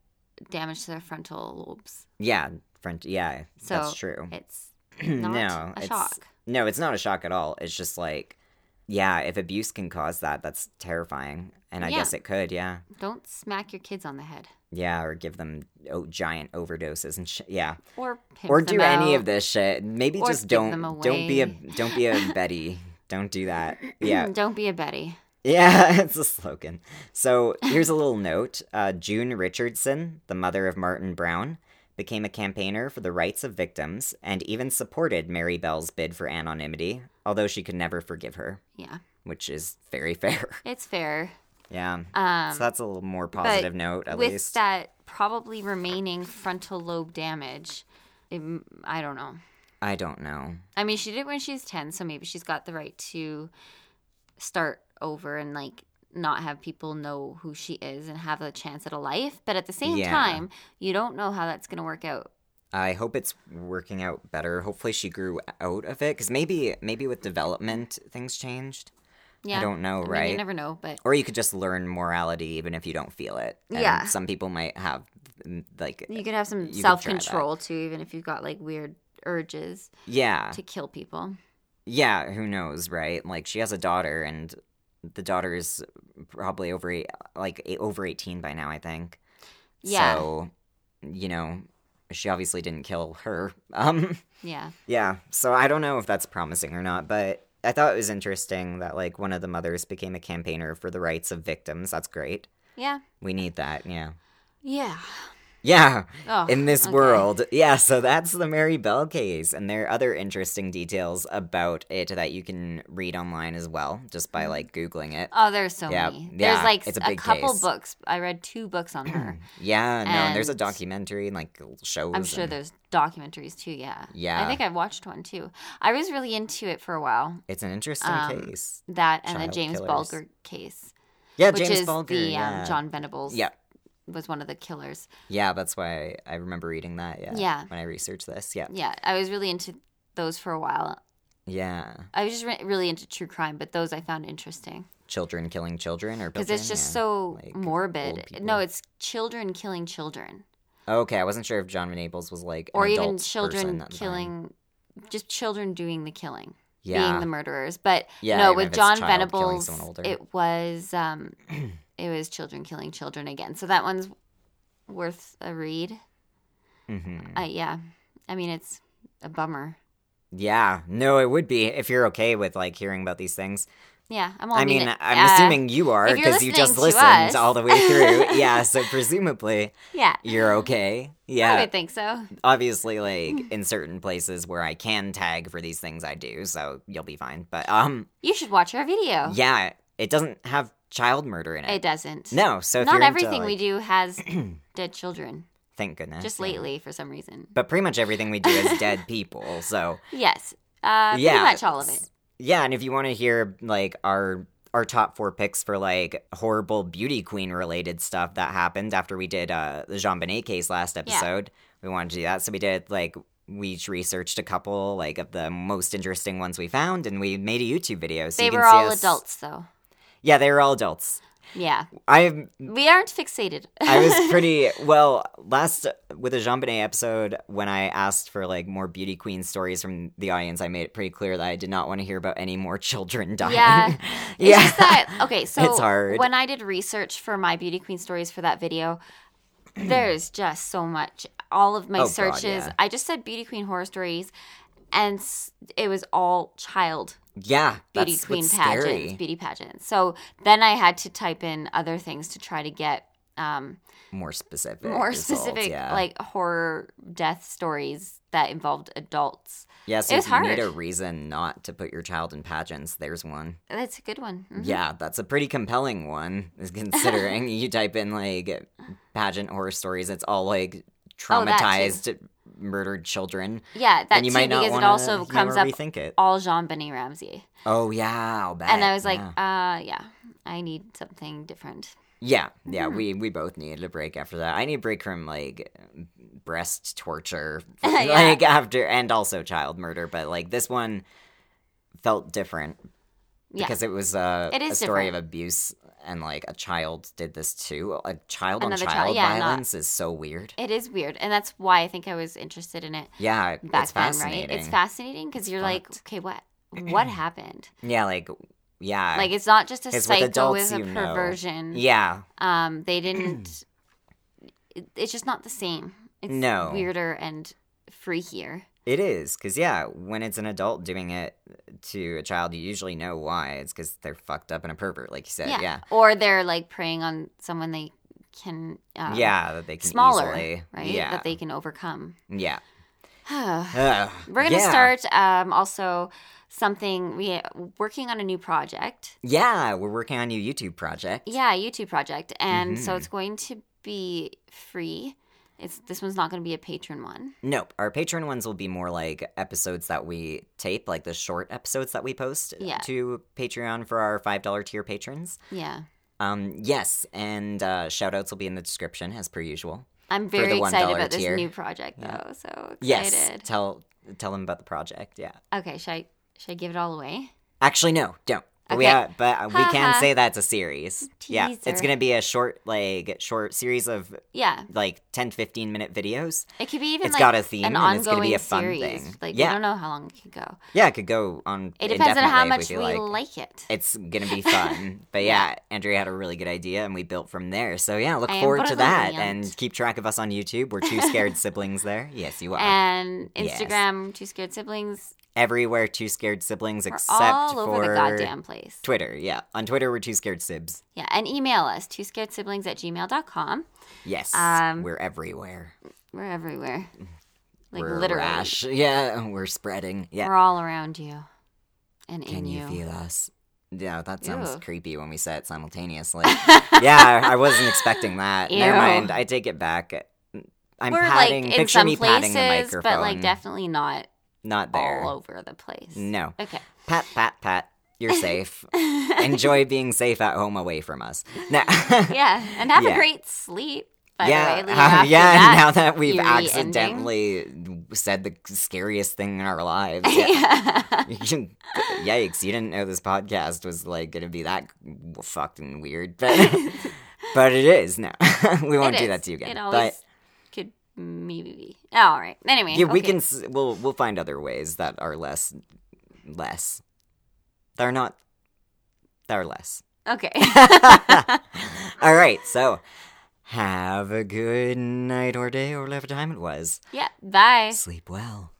Speaker 2: damage to their frontal lobes.
Speaker 1: Yeah, front. Yeah, that's
Speaker 2: So,
Speaker 1: true.
Speaker 2: It's not
Speaker 1: Mm, no,
Speaker 2: a
Speaker 1: it's,
Speaker 2: shock.
Speaker 1: No, it's not a shock at all. It's just like, yeah, if abuse can cause that, that's terrifying. And I
Speaker 2: Yeah.
Speaker 1: guess it could, yeah,
Speaker 2: Don't smack your kids on the head
Speaker 1: yeah, or give them o- giant overdoses and shit. Yeah,
Speaker 2: or pimp
Speaker 1: or
Speaker 2: them
Speaker 1: do any
Speaker 2: out.
Speaker 1: of this shit. Maybe
Speaker 2: Or
Speaker 1: just
Speaker 2: give them
Speaker 1: don't don't be a
Speaker 2: away.
Speaker 1: don't be a Betty. Don't do that. Yeah.
Speaker 2: Don't be a Betty.
Speaker 1: Yeah, it's a slogan. So here's a little note uh, June Richardson, the mother of Martin Brown, became a campaigner for the rights of victims and even supported Mary Bell's bid for anonymity, although she could never forgive her,
Speaker 2: Yeah,
Speaker 1: which is very fair.
Speaker 2: it's fair.
Speaker 1: yeah.
Speaker 2: Um,
Speaker 1: so that's a little more positive note, at
Speaker 2: with
Speaker 1: least.
Speaker 2: that probably remaining frontal lobe damage, it, I don't know.
Speaker 1: I don't know.
Speaker 2: I mean, she did it when she's 10, so maybe she's got the right to start over and like not have people know who she is and have a chance at a life. But at the same
Speaker 1: Yeah.
Speaker 2: time, you don't know how that's going to work out.
Speaker 1: I hope it's working out better. Hopefully, she grew out of it because maybe, maybe with development, things changed.
Speaker 2: Yeah.
Speaker 1: I don't know,
Speaker 2: I mean,
Speaker 1: right?
Speaker 2: you never know, but
Speaker 1: or you could just learn morality even if you don't feel it. And
Speaker 2: Yeah.
Speaker 1: Some people might have mm, like
Speaker 2: you could have some
Speaker 1: could try that.
Speaker 2: self control too, even if you've got like weird urges
Speaker 1: yeah.
Speaker 2: to kill people.
Speaker 1: Yeah, who knows, right? Like she has a daughter and the daughter is probably over eight, like eight, over 18 by now, I think.
Speaker 2: Yeah.
Speaker 1: So, you know, she obviously didn't kill her. Um
Speaker 2: Yeah.
Speaker 1: yeah. So I don't know if that's promising or not, but I thought it was interesting that like one of the mothers became a campaigner for the rights of victims. That's great.
Speaker 2: Yeah.
Speaker 1: We need that. Yeah.
Speaker 2: Yeah.
Speaker 1: Yeah.
Speaker 2: Oh,
Speaker 1: in this
Speaker 2: okay.
Speaker 1: world. Yeah, so that's the Mary Bell case. And there are other interesting details about it that you can read online as well, just by like Googling it.
Speaker 2: Mm. Oh, there's so
Speaker 1: Yeah,
Speaker 2: many.
Speaker 1: yeah,
Speaker 2: There's like
Speaker 1: it's a
Speaker 2: a,
Speaker 1: big
Speaker 2: couple
Speaker 1: case.
Speaker 2: books. I read two books on her.
Speaker 1: Hmm. Yeah, no, and there's a
Speaker 2: And-
Speaker 1: documentary and like shows.
Speaker 2: I'm sure
Speaker 1: and-
Speaker 2: there's documentaries too. Yeah.
Speaker 1: Yeah.
Speaker 2: I think I watched one too. I was really into it for a while.
Speaker 1: It's an interesting
Speaker 2: um,
Speaker 1: case.
Speaker 2: That and
Speaker 1: Child
Speaker 2: the James
Speaker 1: killers.
Speaker 2: Bulger case,
Speaker 1: Yeah,
Speaker 2: which
Speaker 1: James
Speaker 2: is
Speaker 1: Bulger.
Speaker 2: the
Speaker 1: yeah.
Speaker 2: um, John Venables.
Speaker 1: Yeah,
Speaker 2: Was one of the killers.
Speaker 1: yeah, that's why I remember reading that. Yeah,
Speaker 2: Yeah.
Speaker 1: When I researched this, yeah,
Speaker 2: Yeah. I was really into those for a while.
Speaker 1: yeah,
Speaker 2: I was just re- really into true crime, but those I found interesting
Speaker 1: children killing children or
Speaker 2: because it's
Speaker 1: children,
Speaker 2: just
Speaker 1: yeah.
Speaker 2: so
Speaker 1: like
Speaker 2: morbid.
Speaker 1: old people.
Speaker 2: No, it's children killing children,
Speaker 1: okay. I wasn't sure if John Venables was like an
Speaker 2: or even
Speaker 1: adult person
Speaker 2: children
Speaker 1: at the time.
Speaker 2: killing, just children doing the killing.
Speaker 1: Yeah,
Speaker 2: being the murderers. But
Speaker 1: Yeah,
Speaker 2: no,
Speaker 1: even if
Speaker 2: with
Speaker 1: it's
Speaker 2: John
Speaker 1: child killing
Speaker 2: Venables,
Speaker 1: someone older.
Speaker 2: it was um, it was children killing children again. So that one's worth a read.
Speaker 1: mm-hmm.
Speaker 2: Uh, yeah, I mean it's a bummer.
Speaker 1: Yeah, no, it would be if you're okay with like hearing about these things.
Speaker 2: Yeah, I'm all.
Speaker 1: I mean,
Speaker 2: it-
Speaker 1: I'm
Speaker 2: uh,
Speaker 1: assuming you are
Speaker 2: if you're
Speaker 1: because you just
Speaker 2: listening to
Speaker 1: listened
Speaker 2: us.
Speaker 1: all the way through. yeah, so presumably
Speaker 2: Uh, Yeah,
Speaker 1: you're okay.
Speaker 2: I
Speaker 1: Yeah,
Speaker 2: would think so.
Speaker 1: obviously, like in certain places where I can tag for these things, I do, so you'll be fine. But um,
Speaker 2: You should watch our video.
Speaker 1: yeah, it doesn't have child murder in it.
Speaker 2: Oh. it doesn't.
Speaker 1: no, so if
Speaker 2: not
Speaker 1: you're
Speaker 2: everything
Speaker 1: into,
Speaker 2: we do has dead children.
Speaker 1: Thank goodness.
Speaker 2: just
Speaker 1: yeah.
Speaker 2: lately for some reason.
Speaker 1: But pretty much everything we do is dead people. So
Speaker 2: Yes. Uh,
Speaker 1: yeah,
Speaker 2: Pretty much all of it.
Speaker 1: S- Yeah, and if you want to hear like our our top four picks for like horrible beauty queen related stuff that happened after we did uh the Jean Bonnet case last episode, we wanted to do that. So we did like we each researched a couple like of the most interesting ones we found, and we made a YouTube video. So
Speaker 2: they
Speaker 1: you can
Speaker 2: were
Speaker 1: see
Speaker 2: all
Speaker 1: us-
Speaker 2: adults, though.
Speaker 1: Yeah, they were all adults.
Speaker 2: Yeah.
Speaker 1: I
Speaker 2: We aren't fixated.
Speaker 1: I was pretty well last with the Jean Bonnet episode when I asked for like more beauty queen stories from the audience. I made it pretty clear that I did not want to hear about any more children dying.
Speaker 2: Yeah. It's
Speaker 1: yeah.
Speaker 2: just that okay, so
Speaker 1: It's hard.
Speaker 2: when I did research for my beauty queen stories for that video, there's just so much. All of my
Speaker 1: Oh, God,
Speaker 2: searches,
Speaker 1: yeah.
Speaker 2: I just said beauty queen horror stories, and s- it was all child
Speaker 1: yeah,
Speaker 2: beauty
Speaker 1: that's
Speaker 2: queen
Speaker 1: what's
Speaker 2: pageants,
Speaker 1: scary.
Speaker 2: beauty pageants. So then I had to type in other things to try to get um,
Speaker 1: More specific.
Speaker 2: more
Speaker 1: results,
Speaker 2: specific,
Speaker 1: yeah.
Speaker 2: like horror death stories that involved adults.
Speaker 1: yeah, so
Speaker 2: it
Speaker 1: if
Speaker 2: was
Speaker 1: you
Speaker 2: hard.
Speaker 1: need a reason not to put your child in pageants, there's one.
Speaker 2: That's a good one. Mhm.
Speaker 1: Yeah, that's a pretty compelling one, is considering you type in like pageant horror stories, it's all like
Speaker 2: Oh, that too.
Speaker 1: traumatized, murdered children.
Speaker 2: yeah, that
Speaker 1: and you
Speaker 2: too,
Speaker 1: might not
Speaker 2: because it
Speaker 1: wanna- you
Speaker 2: also
Speaker 1: might
Speaker 2: comes up
Speaker 1: wanna rethink it.
Speaker 2: all Jean Benet Ramsey.
Speaker 1: Oh yeah, I'll bet.
Speaker 2: and I was like,
Speaker 1: yeah,
Speaker 2: uh, yeah, I need something different.
Speaker 1: yeah, yeah,
Speaker 2: hmm.
Speaker 1: we we both needed a break after that. I need a break from like breast torture,
Speaker 2: Yeah.
Speaker 1: like after and also child murder, but like this one felt different
Speaker 2: Yeah.
Speaker 1: because it was a,
Speaker 2: It is
Speaker 1: a story
Speaker 2: different.
Speaker 1: of abuse and like a child did this too. A child
Speaker 2: Another
Speaker 1: on
Speaker 2: child,
Speaker 1: child
Speaker 2: yeah, not-
Speaker 1: violence is so weird.
Speaker 2: it is weird. And that's why I think I was interested in it
Speaker 1: Yeah, it-
Speaker 2: back
Speaker 1: it's
Speaker 2: then,
Speaker 1: fascinating.
Speaker 2: right? It's fascinating because you're like,
Speaker 1: fucked.
Speaker 2: okay, what? What happened?
Speaker 1: yeah, like yeah,
Speaker 2: Like, it's not just a
Speaker 1: It's with
Speaker 2: psycho
Speaker 1: adults
Speaker 2: with a
Speaker 1: you know.
Speaker 2: perversion.
Speaker 1: yeah,
Speaker 2: Um, they didn't. it- it's just not the same. It's
Speaker 1: No.
Speaker 2: weirder and freakier.
Speaker 1: It is, because, yeah, when it's an adult doing it to a child, you usually know why. It's because they're fucked up and a pervert, like you said. Uh, Yeah. Yeah,
Speaker 2: Or they're like preying on someone they can. Um,
Speaker 1: that they can
Speaker 2: Smaller,
Speaker 1: easily.
Speaker 2: Right.
Speaker 1: Yeah.
Speaker 2: That they can overcome.
Speaker 1: yeah.
Speaker 2: We're
Speaker 1: Ugh,
Speaker 2: gonna
Speaker 1: yeah.
Speaker 2: start um, also something we working on a new project.
Speaker 1: Yeah, we're working on a new YouTube project.
Speaker 2: Yeah, a YouTube project, and so
Speaker 1: Mhm.
Speaker 2: it's going to be free. It's this one's not going to be a patron one.
Speaker 1: Nope. Our Patreon ones will be more like episodes that we tape, like the short episodes that we post
Speaker 2: Yeah.
Speaker 1: to Patreon for our $5 tier patrons.
Speaker 2: Yeah,
Speaker 1: Um, yes, and uh, shout outs will be in the description as per usual.
Speaker 2: I'm
Speaker 1: For the
Speaker 2: very excited
Speaker 1: $1
Speaker 2: about this
Speaker 1: tier.
Speaker 2: new project though.
Speaker 1: Yeah.
Speaker 2: So
Speaker 1: Yes.
Speaker 2: excited.
Speaker 1: Tell tell them about the project. Yeah.
Speaker 2: Okay, should I should I give it all away?
Speaker 1: Actually, no, don't. But We
Speaker 2: Okay.
Speaker 1: uh, but uh, we
Speaker 2: Haha.
Speaker 1: can say that's a series. Yeah, it's
Speaker 2: Teaser.
Speaker 1: gonna be a short, like short series of
Speaker 2: Yeah,
Speaker 1: like 10, 15 minute videos.
Speaker 2: it could be even
Speaker 1: It's
Speaker 2: like
Speaker 1: got a theme, and
Speaker 2: an ongoing
Speaker 1: it's gonna be a fun
Speaker 2: series.
Speaker 1: thing.
Speaker 2: Like we
Speaker 1: yeah,
Speaker 2: don't know how long it could go.
Speaker 1: yeah, it could go on.
Speaker 2: It depends on how
Speaker 1: indefinitely
Speaker 2: much
Speaker 1: if we
Speaker 2: we
Speaker 1: feel
Speaker 2: like,
Speaker 1: like.
Speaker 2: it.
Speaker 1: It's gonna be fun. but yeah, Andrea had a really good idea, and we built from there. So yeah, look
Speaker 2: I am
Speaker 1: forward to that,
Speaker 2: brilliant.
Speaker 1: and keep track of us on YouTube. We're two scared siblings there. Yes, you are.
Speaker 2: and
Speaker 1: Yes.
Speaker 2: Instagram, Two Scared Siblings,
Speaker 1: Everywhere, two scared siblings,
Speaker 2: We're
Speaker 1: except
Speaker 2: all
Speaker 1: for
Speaker 2: over the goddamn place.
Speaker 1: Twitter. Yeah, on Twitter we're two scared sibs.
Speaker 2: Yeah, and email us, two scared siblings at gmail.com.
Speaker 1: Yes,
Speaker 2: Um,
Speaker 1: we're everywhere.
Speaker 2: We're everywhere. Like
Speaker 1: we're a
Speaker 2: literally.
Speaker 1: rash. Yeah, and we're spreading. Yeah.
Speaker 2: We're all around you. And
Speaker 1: Can
Speaker 2: in
Speaker 1: you.
Speaker 2: you.
Speaker 1: feel us? Yeah, that sounds
Speaker 2: Ew.
Speaker 1: creepy when we say it simultaneously. yeah, I wasn't expecting that. Never
Speaker 2: Ew.
Speaker 1: mind. I take it back. I'm
Speaker 2: We're
Speaker 1: patting.
Speaker 2: like in
Speaker 1: picture
Speaker 2: some
Speaker 1: me patting
Speaker 2: places,
Speaker 1: the microphone.
Speaker 2: but like definitely not
Speaker 1: not there.
Speaker 2: all over the place.
Speaker 1: No.
Speaker 2: Okay.
Speaker 1: Pat, pat, pat. You're safe. Enjoy being safe at home away from us. Now,
Speaker 2: yeah. And have a
Speaker 1: Yeah.
Speaker 2: great sleep. By
Speaker 1: yeah,
Speaker 2: the way, Leah,
Speaker 1: how-
Speaker 2: after
Speaker 1: yeah.
Speaker 2: that.
Speaker 1: now that we've
Speaker 2: eerie ending.
Speaker 1: accidentally said the scariest thing in our lives, yeah.
Speaker 2: Yeah.
Speaker 1: Yikes, you didn't know this podcast was like going to be that fucking weird. But but it is now. we won't
Speaker 2: It
Speaker 1: do
Speaker 2: is.
Speaker 1: that to you again.
Speaker 2: It always could maybe be. Oh, all right. Anyway.
Speaker 1: but yeah, we
Speaker 2: okay.
Speaker 1: can s- we'll we'll find other ways that are less less. They're not they're less.
Speaker 2: Okay.
Speaker 1: All right, so have a good night or day or whatever time it was.
Speaker 2: yeah. Bye.
Speaker 1: Sleep well.